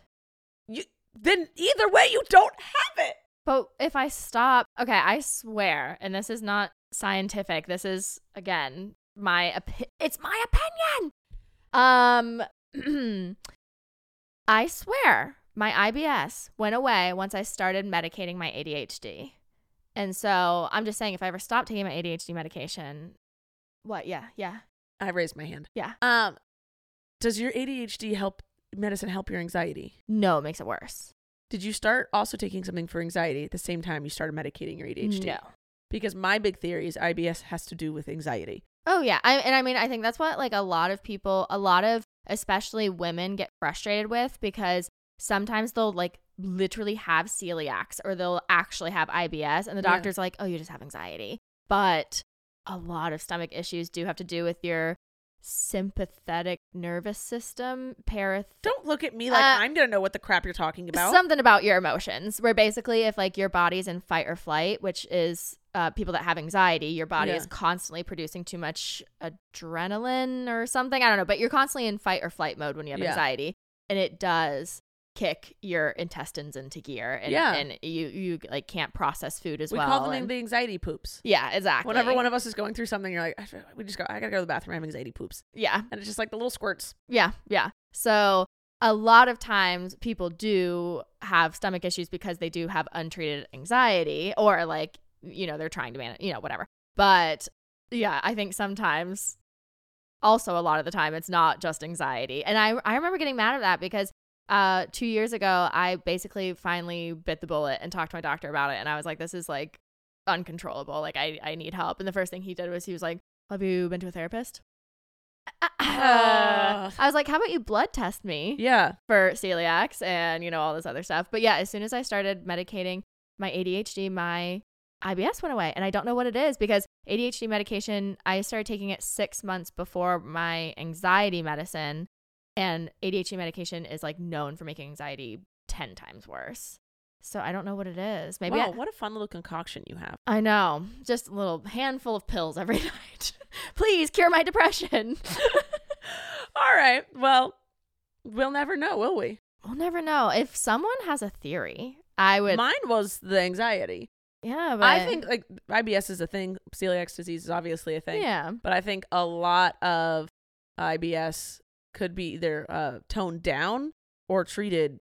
A: You then either way, you don't have it.
B: But if I stop, okay, I swear, and this is not scientific. This is again my opi- it's my opinion. Um *clears throat* I swear, my IBS went away once I started medicating my ADHD. And so, I'm just saying if I ever stop taking my ADHD medication, what? Yeah, yeah.
A: I raised my hand.
B: Yeah.
A: Um, does your ADHD help medicine help your anxiety?
B: No, it makes it worse.
A: Did you start also taking something for anxiety at the same time you started medicating your ADHD?
B: No.
A: Because my big theory is IBS has to do with anxiety.
B: Oh yeah, I, and I mean I think that's what like a lot of people, a lot of especially women get frustrated with because sometimes they'll like literally have celiacs or they'll actually have IBS, and the
A: Yeah.
B: doctor's like, "Oh, you just have anxiety." But a lot of stomach issues do have to do with your sympathetic nervous system, parath
A: Don't look at me like
B: Uh,
A: I'm going to know what the crap you're talking about.
B: something about your emotions where basically if like your body's in fight or flight which is uh, people that have anxiety your body
A: Yeah.
B: is constantly producing too much adrenaline or something i don't know but you're constantly in fight or flight mode when you have
A: Yeah.
B: anxiety and it does kick your intestines into gear and,
A: Yeah.
B: and you you like can't process food as
A: we
B: well
A: call them
B: and-
A: the anxiety poops.
B: yeah exactly
A: Whenever one of us is going through something, you're like, "I feel- we just go, I got to go to the bathroom. I have anxiety poops.
B: yeah
A: And it's just like the little squirts.
B: Yeah, yeah. So a lot of times people do have stomach issues because they do have untreated anxiety or like, you know, they're trying to manage, you know, whatever. But yeah, I think sometimes also a lot of the time it's not just anxiety. And I I remember getting mad at that because uh 2 years ago I basically finally bit the bullet and talked to my doctor about it and I was like this is like uncontrollable. Like I I need help. And the first thing he did was he was like, "Have you been to a therapist?"
A: Ugh.
B: I was like, how about you blood test me
A: Yeah.
B: for celiacs and, you know, all this other stuff. But yeah, as soon as I started medicating my ADHD, my IBS went away. And I don't know what it is because ADHD medication, I started taking it six months before my anxiety medicine. And ADHD medication is like known for making anxiety 10 times worse. So I don't know what it is. Maybe
A: wow,
B: I-
A: what a fun little concoction you have.
B: I know. Just a little handful of pills every *laughs* night. Please cure my depression.
A: *laughs*
B: *laughs*
A: All right. Well, we'll never know, will we?
B: we'll never know. If someone has a theory, I would.
A: Mine was the anxiety.
B: yeah, but
A: I think like IBS is a thing. Celiac disease is obviously a thing.
B: Yeah.
A: But I think a lot of IBS could be either uh, toned down or treated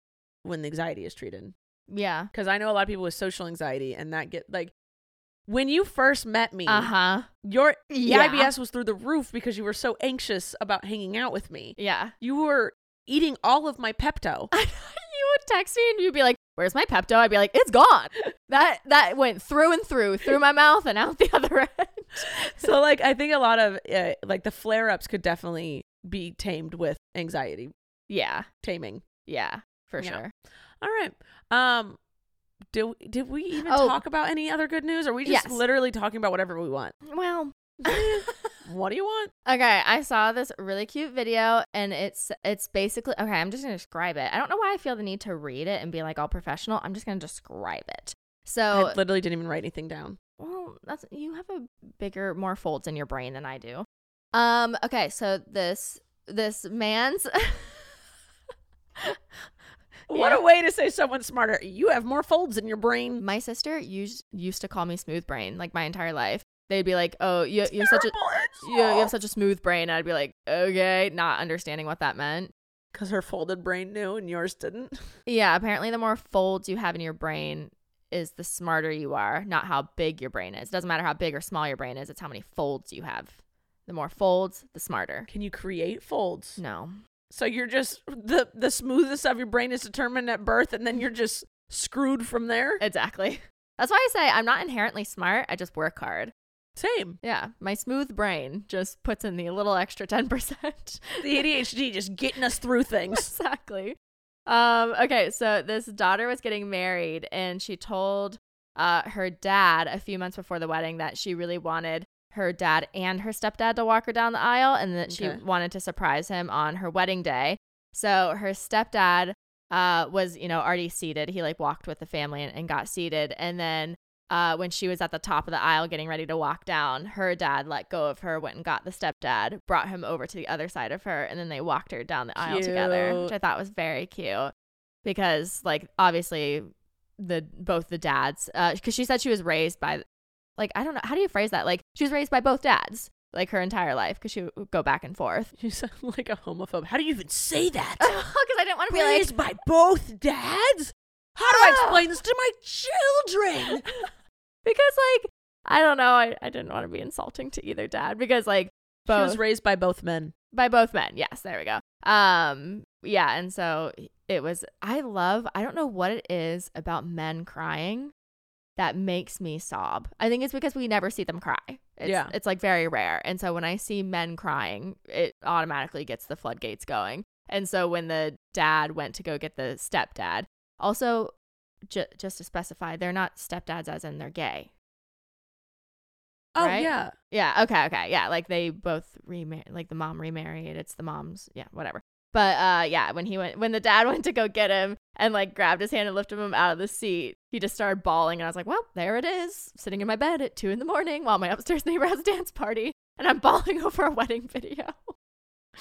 A: when the anxiety is treated.
B: Yeah.
A: Because I know a lot of people with social anxiety, and that get like when you first met me,
B: Uh huh.
A: your
B: Yeah.
A: the IBS was through the roof because you were so anxious about hanging out with me.
B: Yeah. *laughs*
A: You were eating all of my Pepto.
B: you would text me and you'd be like, "Where's my Pepto?" I'd be like, "It's gone." That that went through and through, through my mouth and out the *laughs* other end.
A: so like I think a lot of uh, like the flare ups could definitely be tamed with anxiety
B: Yeah.
A: taming.
B: Yeah. For
A: Yeah.
B: sure.
A: All right. Um do did we even
B: Oh.
A: talk about any other good news? Or are we just
B: Yes.
A: literally talking about whatever we want?
B: Well. *laughs*
A: What do you want?
B: Okay, I saw this really cute video and it's it's basically okay, I'm just going to describe it. I don't know why I feel the need to read it and be like all professional. I'm just going to describe it. So,
A: I literally didn't even write anything down.
B: well, that's you have a bigger more folds in your brain than I do. Um okay, so this this man's *laughs*
A: What
B: Yeah.
A: a way to say someone's smarter. You have more folds in your brain.
B: my sister used used to call me smooth brain like my entire life. They'd be like, "Oh, you you have such a you, you have such a smooth brain." I'd be like, "Okay," not understanding what that meant.
A: Because her folded brain knew and yours didn't.
B: Yeah, apparently the more folds you have in your brain is the smarter you are, not how big your brain is. It doesn't matter how big or small your brain is, it's how many folds you have. The more folds, the smarter.
A: Can you create folds?
B: No.
A: So you're just the the smoothness of your brain is determined at birth and then you're just screwed from there?
B: Eh. Exactly. *laughs* That's why I say I'm not inherently smart, I just work hard.
A: Same.
B: Yeah, my smooth brain just puts in the little extra 10%.
A: The ADHD just getting us through things.
B: *laughs* exactly. Um, okay, so this daughter was getting married, and she told uh, her dad a few months before the wedding that she really wanted her dad and her stepdad to walk her down the aisle, and that
A: Okay.
B: she wanted to surprise him on her wedding day. So her stepdad uh, was, you know, already seated. He like walked with the family and, and got seated, and then. Uh, when she was at the top of the aisle getting ready to walk down, her dad let go of her, went and got the stepdad, brought him over to the other side of her, and then they walked her down the aisle together,
A: Cute.
B: which I thought was very cute because, like, obviously the both the dads because she said she was raised by like I don't know how do you phrase that like she was raised by both dads like her entire life because she would go back and forth. *laughs*
A: You sound like a homophobe. How do you even say that?
B: Because I didn't want to be like Ah!
A: Raised by both dads? How do I explain this to my children?
B: because like I don't know I, I didn't want to be insulting to either dad because like
A: She
B: both
A: was raised by both men.
B: by both men. Yes, there we go. Um, yeah, and so it was. I love. I don't know what it is about men crying that makes me sob. I think it's because we never see them cry. It's,
A: Yeah.
B: it's like very rare. And so when I see men crying, it automatically gets the floodgates going. And so when the dad went to go get the stepdad, also ju- just to specify, they're not stepdads as in they're gay.
A: Oh
B: Right?
A: yeah.
B: Yeah. Okay. Okay. Yeah. Like they both remarried. Like the mom remarried. It's the mom's. Yeah. Whatever. But uh, yeah, when he went, when the dad *laughs* went to go get him and like grabbed his hand and lifted him out of the seat, he just started bawling, and I was like, "Well, there it is, sitting in my bed at two in the morning while my *laughs* upstairs neighbor has a dance party, and I'm *laughs* bawling over a wedding video." *laughs*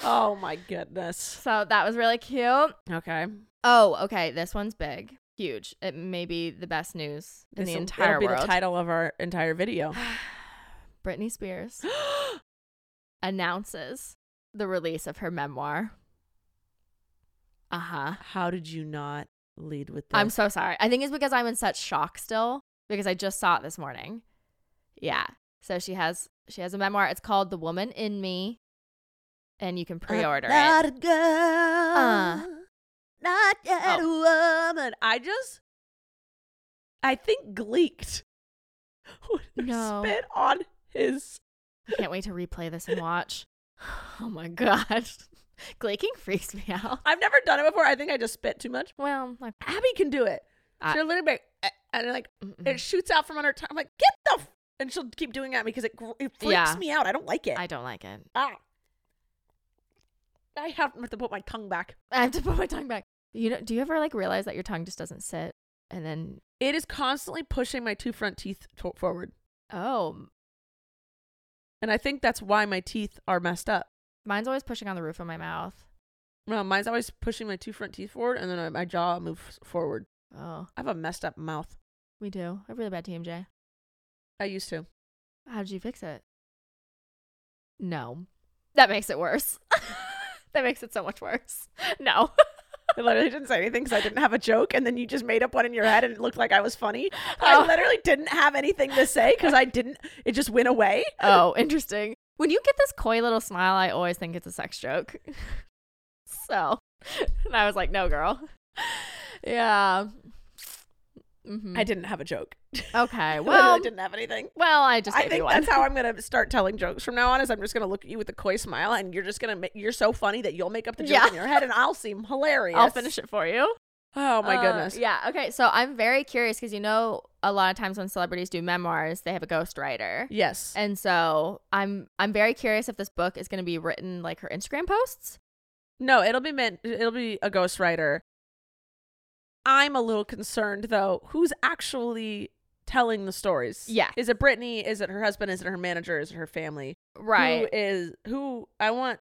A: Oh my goodness.
B: So that was really cute.
A: Okay.
B: Oh, okay, this one's big, huge. It may be the best news in the
A: This'll-
B: entire
A: it'll be
B: world.
A: the title of our entire
B: *sighs*
A: video.
B: Britney Spears announces the release of her memoir. Uh huh.
A: How did you not lead with this?
B: I'm so sorry. I think it's because I'm in such shock still because I just saw it this morning. Yeah. So she has she has a memoir. It's called The Woman in Me, and you can
A: Uh,
B: pre-order
A: not
B: it. Uh.
A: a girl. Not yet
B: Oh.
A: a woman. I just I think gleeked. When I
B: No.
A: Spit on his
B: I can't wait to replay this and watch. *sighs* Oh my *laughs* god, Glaking freaks me out.
A: I've never done it before. I think I just spit too much.
B: Well, I,
A: Abby can do it.
B: I-
A: She'll literally be like, "Eh," and like
B: mm-mm.
A: it shoots out from under her tongue. I'm like, get the f-! and she'll keep doing it at me because it, gr- it freaks
B: Yeah.
A: me out. I don't like it.
B: I don't like it.
A: ah. I have to put my tongue back.
B: I have to *laughs* put my tongue back. You know, do you ever like realize that your tongue just doesn't sit and then
A: It is constantly pushing my two front teeth to- forward,
B: oh,
A: and I think that's why my teeth are messed up.
B: mine's always pushing on the roof of my mouth.
A: No, mine's always pushing my two front teeth forward, and then uh, my jaw moves forward.
B: Oh,
A: I have a messed up mouth.
B: we do. I have really bad TMJ.
A: I used to.
B: How did you fix it? No. That makes it worse. *laughs* that makes it so much worse. *laughs* No.
A: I literally didn't say anything because I didn't have a joke, and then you just made up one in your head, and it looked like I was funny.
B: Oh.
A: I literally didn't have anything to say because I didn't. It just went away.
B: oh, *laughs* interesting. When you get this coy little smile, I always think it's a sex joke. *laughs* so, *laughs* and I was like, no, girl. *laughs* yeah. Mhm.
A: I didn't have a joke.
B: *laughs* Okay.
A: I
B: Well,
A: literally didn't have anything.
B: well, I just
A: I
B: gave
A: think
B: you one.
A: that's how I'm gonna start telling jokes from now on. Is I'm just gonna look at you with a coy smile, and you're just gonna make you're so funny that you'll make up the joke
B: Yeah.
A: in your head, and I'll seem hilarious.
B: I'll finish it for you.
A: Oh my
B: Uh,
A: goodness.
B: Yeah. Okay. So I'm very curious because you know a lot of times when celebrities do memoirs, they have a ghostwriter.
A: Yes.
B: And so I'm I'm very curious if this book is going to be written like her Instagram posts.
A: No, it'll be meant it'll be a ghostwriter. I'm a little concerned though, who's actually telling the stories?
B: Yeah.
A: Is it Brittany? Is it her husband? Is it her manager? Is it her family? Who is who I want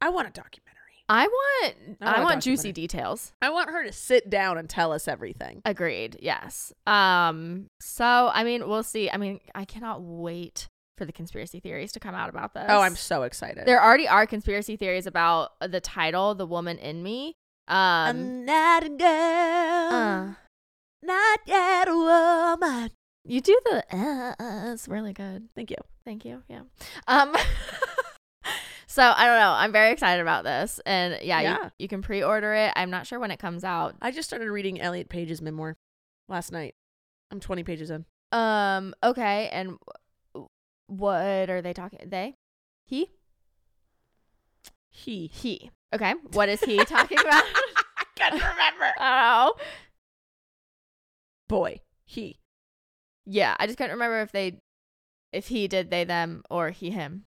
A: I want a documentary.
B: I want
A: I wanna
B: I want
A: document
B: juicy
A: it.
B: details.
A: I want her to sit down and tell us everything.
B: Agreed. Yes. Um so I mean, we'll see. I mean, I cannot wait for the conspiracy theories to come out about this.
A: Oh, I'm so excited.
B: There already are conspiracy theories about the title, The Woman in Me. Um
A: I'm not a girl.
B: uh,
A: Not yet a woman.
B: you do the uh, uh, it's really good.
A: Thank you.
B: Thank you. Yeah. Um *laughs* So I don't know. I'm very excited about this. And yeah,
A: Yeah.
B: You, you can pre-order it. I'm not sure when it comes out.
A: I just started reading Elliot Page's memoir last night. I'm 20 pages in.
B: Um okay, and w- what are they talking they? He?
A: He.
B: He. Okay. What is he *laughs* talking about?
A: I couldn't remember.
B: oh.
A: Boy, he.
B: Yeah, I just couldn't remember if they if he did they them or he him.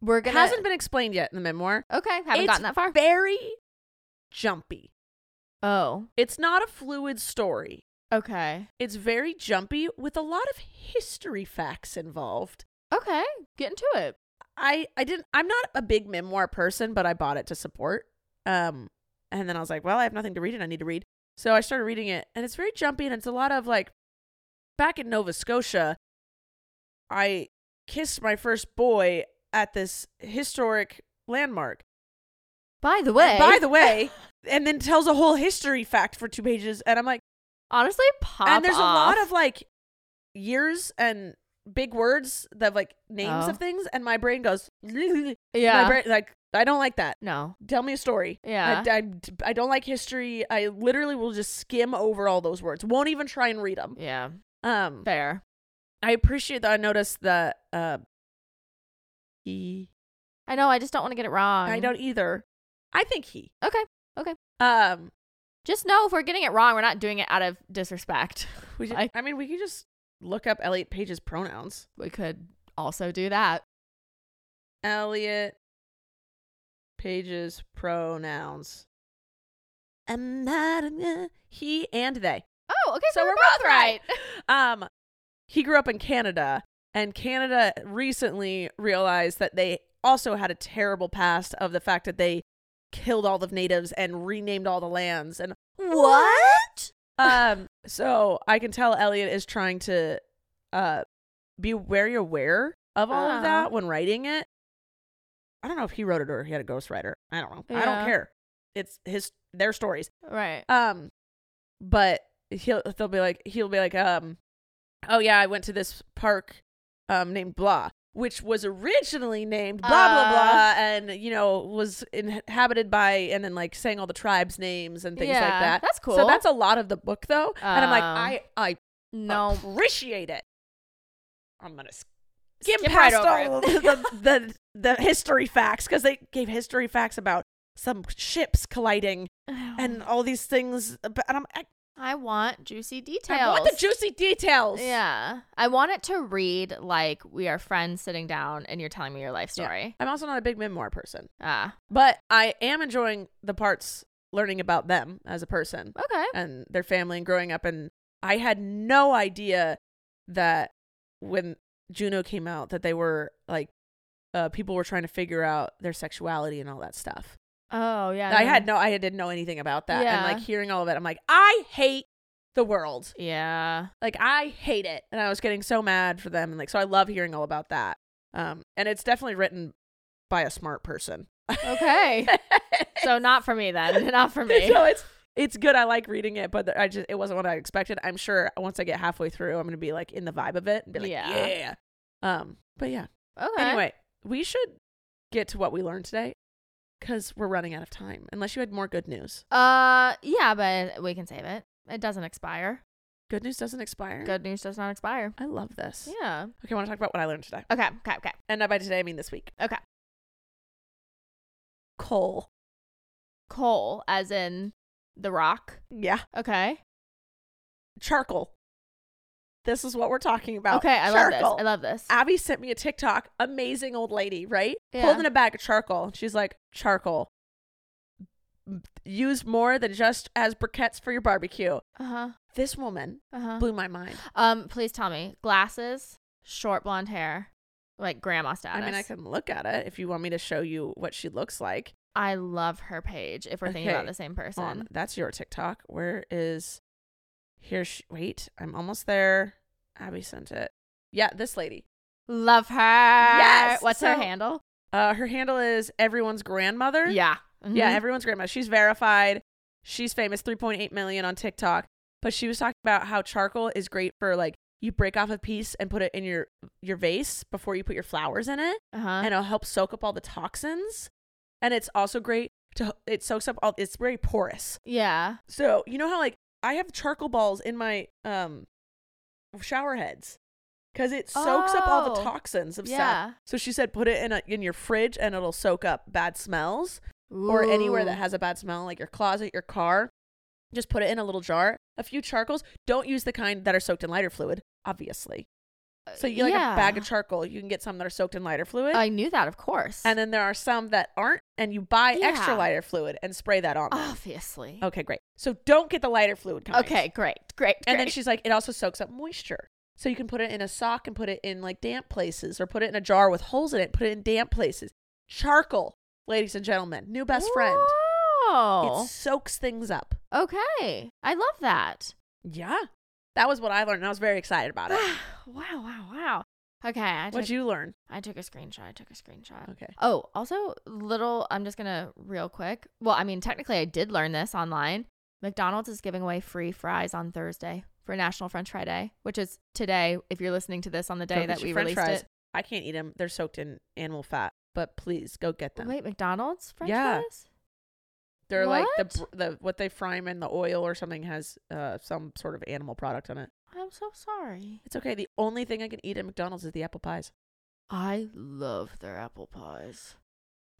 B: We're
A: It
B: gonna
A: hasn't been explained yet in the memoir.
B: Okay, haven't
A: It's
B: gotten that far.
A: Very jumpy.
B: oh.
A: It's not a fluid story.
B: Okay.
A: It's very jumpy with a lot of history facts involved.
B: Okay. Get into it.
A: I I didn't I'm not a big memoir person, but I bought it to support. Um and then I was like, well, I have nothing to read and I need to read. So I started reading it, and it's very jumpy, and it's a lot of like, back in Nova Scotia, I kissed my first boy at this historic landmark.
B: By the
A: And
B: way,
A: by the
B: *laughs*
A: way, and then tells a whole history fact for two pages, and I'm like,
B: honestly, pop.
A: and there's a lot
B: off.
A: of like years and big words that have, like names
B: Oh.
A: of things, and my brain goes, *laughs*
B: Yeah.
A: my brain, like I don't like that.
B: no.
A: Tell me a story.
B: Yeah.
A: I, I, I don't like history. I literally will just skim over all those words. Won't even try and read them.
B: Yeah,
A: Um,
B: fair.
A: I appreciate that. I noticed that. Uh, he.
B: I know. I just don't want to get it wrong.
A: I don't either. I think he.
B: Okay. Okay.
A: Um,
B: Just know if we're getting it wrong, we're not doing it out of disrespect. *laughs*
A: we should,
B: Like-
A: I mean, we could just look up Elliot Page's pronouns.
B: We could also do that.
A: Elliot Page's pronouns. I'm not a- he and they.
B: Oh, okay.
A: So we're both right. Um, he grew up in Canada, and Canada recently realized that they also had a terrible past of the fact that they killed all the natives and renamed all the lands. And
F: What?
A: um, so I can tell Elliot is trying to uh be very aware of all
B: Oh.
A: of that when writing it. I don't know if he wrote it or he had a ghostwriter. I don't know. I
B: Yeah.
A: don't care. It's his their stories.
B: *laughs* Right.
A: Um, but he'll they'll be like he'll be like um, oh yeah, I went to this park, um, named blah, which was originally named blah blah blah,
B: Uh.
A: and you know was inhabited by and then like saying all the tribes' names and things
B: Yeah,
A: like that.
B: that's cool.
A: So that's a lot of the book though, and I'm like
B: Um,
A: I I
B: No. *sighs*
A: appreciate it. I'm gonna skim
B: Skip right
A: past
B: over
A: all
B: it.
A: of
B: *laughs*
A: the, the the history facts because they gave history facts about some ships colliding *sighs* and all these things. But and I'm, I,
B: I want juicy details.
A: I want the juicy details.
B: Yeah. I want it to read like we are friends sitting down and you're telling me your life
A: Yeah.
B: story.
A: I'm also not a big memoir person,
B: Ah.
A: but I am enjoying the parts learning about them as a person
B: Okay.
A: and their family and growing up. And I had no idea that when Juno came out, that they were like, uh, people were trying to figure out their sexuality and all that stuff.
B: Oh, yeah.
A: I had no, I didn't know anything about that.
B: Yeah.
A: And like hearing all of it, I'm like, I hate the world.
B: Yeah.
A: Like I hate it. And I was getting so mad for them. And like, so I love hearing all about that. Um, and it's definitely written by a smart person. *laughs*
B: Okay. so not for me then. *laughs* Not for me.
A: so it's, it's good. I like reading it, but I just, it wasn't what I expected. I'm sure once I get halfway through, I'm going to be like in the vibe of it and be like,
B: Yeah.
A: yeah. Um, but yeah.
B: Okay.
A: Anyway, we should get to what we learned today because we're running out of time. Unless you had more good news.
B: Uh yeah, but we can save it. It doesn't expire.
A: Good news doesn't expire.
B: Good news does not expire.
A: I love this.
B: Yeah.
A: Okay, I want to talk about what I learned today.
B: Okay. Okay. Okay.
A: And by today, I mean this week.
B: Okay.
A: Coal.
B: Coal as in the rock.
A: Yeah.
B: Okay.
A: Charcoal. This is what we're talking about.
B: Okay, I love this.
A: Charcoal. Ah.
B: I love this.
A: Abby sent me a TikTok, amazing old lady, right?
B: Yeah.
A: Holding a bag of charcoal. She's like, charcoal. Use more than just as briquettes for your barbecue.
B: Uh-huh.
A: This woman
B: Uh-huh.
A: blew my
B: *gasps*
A: mind.
B: Um, please tell me. Glasses, short blonde hair, like grandma status.
A: I mean, I can look at it if you want me to show you what she looks like.
B: I love her page if we're thinking about
A: Okay,
B: the same person.
A: on. That's your TikTok. Where is here? She, wait, I'm almost there. Abby sent it. Yeah, this lady.
B: Love her.
A: Yes,
B: What's her
A: so-
B: handle?
A: Uh, her handle is everyone's grandmother.
B: Yeah.
A: yeah,
B: Mhm.
A: everyone's grandma. She's verified. She's famous, 3.8 million on TikTok. But she was talking about how charcoal is great for like you break off a piece and put it in your your vase before you put your flowers in it,
B: uh-huh.
A: and it'll help soak up all the toxins. And it's also great to it soaks up all. It's very porous.
B: yeah.
A: So you know how like I have charcoal balls in my um shower heads because it soaks up all the
B: Oh,
A: toxins of
B: yeah.
A: stuff. So she said put it in a, in your fridge and it'll soak up bad smells or anywhere that
B: Ooh.
A: has a bad smell like your closet, your car. Just put it in a little jar. A few charcoals. Don't use the kind that are soaked in lighter fluid, obviously. So you like
B: Yeah.
A: a bag of charcoal, you can get some that are soaked in lighter fluid.
B: I knew that, of course. *gasps*
A: and then there are some that aren't, and you buy extra
B: Yeah. Oh,
A: lighter fluid and spray that on. them.
B: obviously.
A: Okay, great. So don't get the lighter fluid kind.
B: Okay, great, great,
A: And then
B: great.
A: she's like, it also soaks up moisture. So you can put it in a sock and put it in like damp places or put it in a jar with holes in it, put it in damp places. Charcoal, ladies and gentlemen, new best friend.
B: Oh.
A: It soaks things up.
B: okay. I love that.
A: Yeah. That was what I learned, and I was very excited
B: *sighs*
A: about it.
B: wow, wow, wow. Okay. I
A: What'd
B: took,
A: you learn?
B: I took a screenshot. I took a screenshot.
A: Okay.
B: Oh, also, little, I'm just going to real quick. Well, I mean, technically, I did learn this online. McDonald's is giving away free fries on Thursday for National French Fry Day, which is today, if you're listening to this on the
A: Go
B: day
A: get
B: that
A: your
B: we
A: french
B: released
A: fries.
B: it.
A: I can't eat them. They're soaked in animal fat, but please go get them.
B: Wait, McDonald's French
A: Yeah.
B: fries?
A: They're like the
B: what?
A: br- the what they fry 'em in the oil or something has uh, some sort of animal product on it.
B: I'm so sorry.
A: It's okay. The only thing I can eat at McDonald's is the apple pies.
B: I love their apple pies.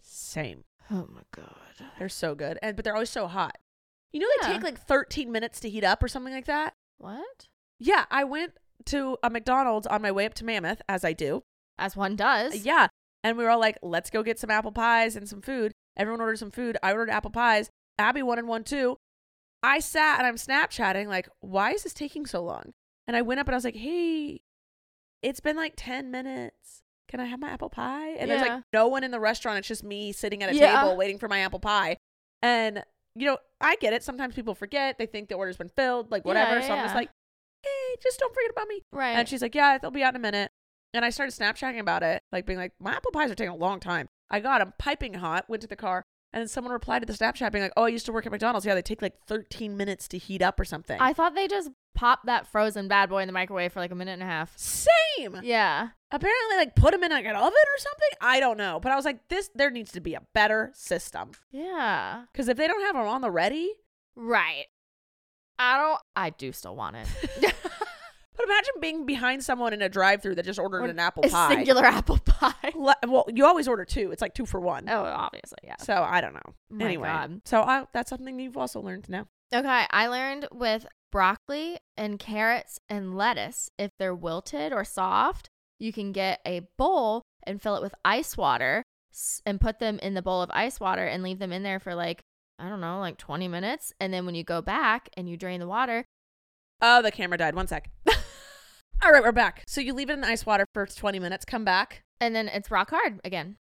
A: Same.
B: Oh my god.
A: They're so good, and but they're always so hot. You know they
B: Yeah.
A: take like 13 minutes to heat up or something like that.
B: What?
A: Yeah, I went to a McDonald's on my way up to Mammoth, as I do.
B: As one does.
A: Yeah. And we were all like, let's go get some apple pies and some food. Everyone ordered some food. I ordered apple pies. Abby wanted one too. I sat and I'm Snapchatting, like, why is this taking so long? And I went up and I was like, hey, it's been like 10 minutes. Can I have my apple pie? And there's
B: Yeah.
A: like no one in the restaurant. It's just me sitting at a
B: Yeah.
A: table waiting for my apple pie. And, you know, I get it. Sometimes people forget. They think the order's been filled, like
B: Yeah,
A: whatever.
B: yeah,
A: so I'm just
B: yeah.
A: like, hey, just don't forget about me.
B: Right.
A: And she's like, yeah, they'll be out in a minute. And I started Snapchatting about it, like being like, my apple pies are taking a long time. I got them piping hot, went to the car, and then someone replied to the Snapchat being like, oh, I used to work at McDonald's. Yeah, they take like 13 minutes to heat up or something.
B: I thought they just popped that frozen bad boy in the microwave for like a minute and a half. *laughs*
A: Same.
B: Yeah.
A: Apparently, like put them in like an oven or something. I don't know. But I was like, this, there needs to be a better system.
B: Yeah.
A: Because if they don't have them on the ready,
B: Right. I don't I do still want it. *laughs*
A: but imagine being behind someone in a drive through that just ordered an apple
B: *laughs* a
A: pie.
B: singular apple *laughs* pie.
A: Le- well, you always order two. It's like two for one.
B: Oh, obviously, yeah.
A: So I don't know.
B: Oh My
A: anyway,
B: God.
A: so I, that's something you've also learned now.
B: Okay, I learned with broccoli and carrots and lettuce, if they're wilted or soft, you can get a bowl and fill it with ice water s- and put them in the bowl of ice water and leave them in there for like, I don't know, like 20 minutes. And then when you go back and you drain the water,
A: Oh, the camera died. One sec. *laughs* All right, we're back. So you leave it in the ice water for 20 minutes. Come back.
B: and then it's rock hard again.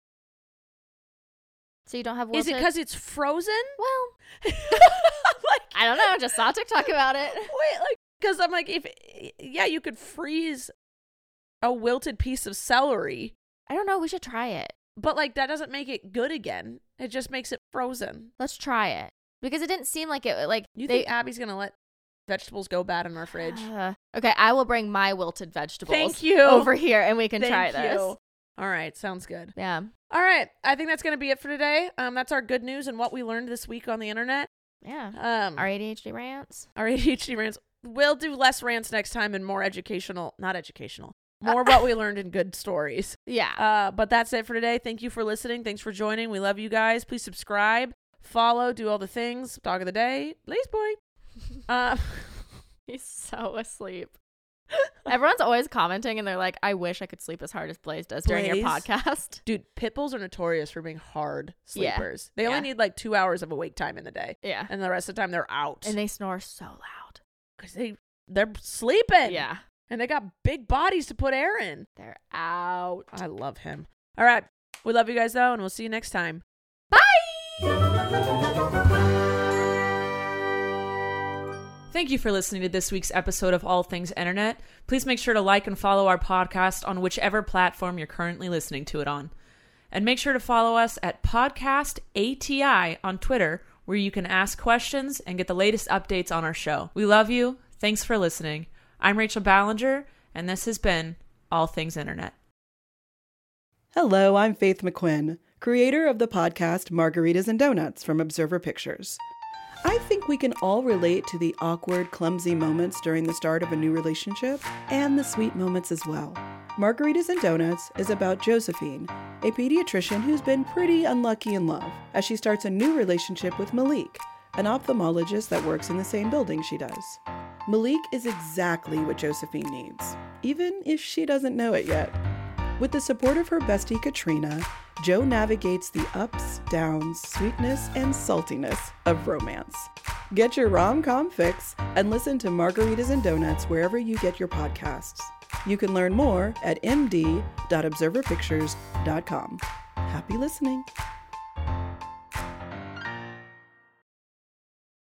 B: So you don't have wilted.
A: Is it because it's frozen?
B: Well,
A: *laughs* like
B: I don't know. I
A: *laughs*
B: just saw a TikTok about it.
A: Wait, like because I'm like if yeah, you could freeze a wilted piece of celery,
B: *laughs* I don't know. We should try it.
A: but like that doesn't make it good again. It just makes it frozen.
B: Let's try it because it didn't seem like it. Like
A: You
B: they
A: think Abby's gonna let vegetables go bad in our fridge?
B: Uh, okay, I will bring my wilted vegetables.
A: Thank you.
B: Over here, and we *sighs* can try
A: Thank
B: this.
A: you. All right, sounds good.
B: Yeah.
A: All right, I think that's gonna be it for today. Um, that's our good news and what we learned this week on the internet.
B: Yeah.
A: Um,
B: Our ADHD rants.
A: our *laughs* ADHD rants. We'll do less rants next time and more educational, not educational, more what
B: *laughs*
A: we learned in good stories.
B: Yeah.
A: *laughs* Uh, but that's it for today. Thank you for listening. Thanks for joining. We love you guys. Please subscribe, follow, do all the things. Dog of the day, Lace Boy.
B: *laughs*
A: Uh, *laughs*
B: He's so asleep. Everyone's always commenting, and they're like, "I wish I could sleep as hard as Blaze does during your
A: Blaze? *laughs*
B: podcast."
A: dude, pit bulls are notorious for being hard
B: Yeah.
A: sleepers. They only
B: Yeah.
A: need like two hours of awake time in the day,
B: Yeah.
A: and the rest of the time they're out
B: And they snore so loud.
A: because they they're sleeping.
B: Yeah.
A: and they got big bodies to put air in.
B: They're out.
A: I love him. All right. We love you guys, though, and we'll see you next time.
G: Thank you for listening to this week's episode of All Things Internet. Please make sure to like and follow our podcast on whichever platform you're currently listening to it on. And make sure to follow us at Podcast ATI on Twitter, where you can ask questions and get the latest updates on our show. We love you. Thanks for listening. I'm Rachel Ballinger, and this has been All Things Internet.
H: Hello, I'm Faith McQuinn, creator of the podcast Margaritas and Donuts from Observer Pictures. I think we can all relate to the awkward, clumsy moments during the start of a new relationship and the sweet moments as well. Margaritas and Donuts is about Josephine, a pediatrician who's been pretty unlucky in love as she starts a new relationship with Malik, an ophthalmologist that works in the same building she does. Malik is exactly what Josephine needs, even if she doesn't know it yet. With the support of her bestie Katrina, Joe navigates the ups, downs, sweetness, and saltiness of romance. Get your rom com fix and listen to Margaritas and Donuts wherever you get your podcasts. You can learn more at md.observerpictures.com. Happy listening!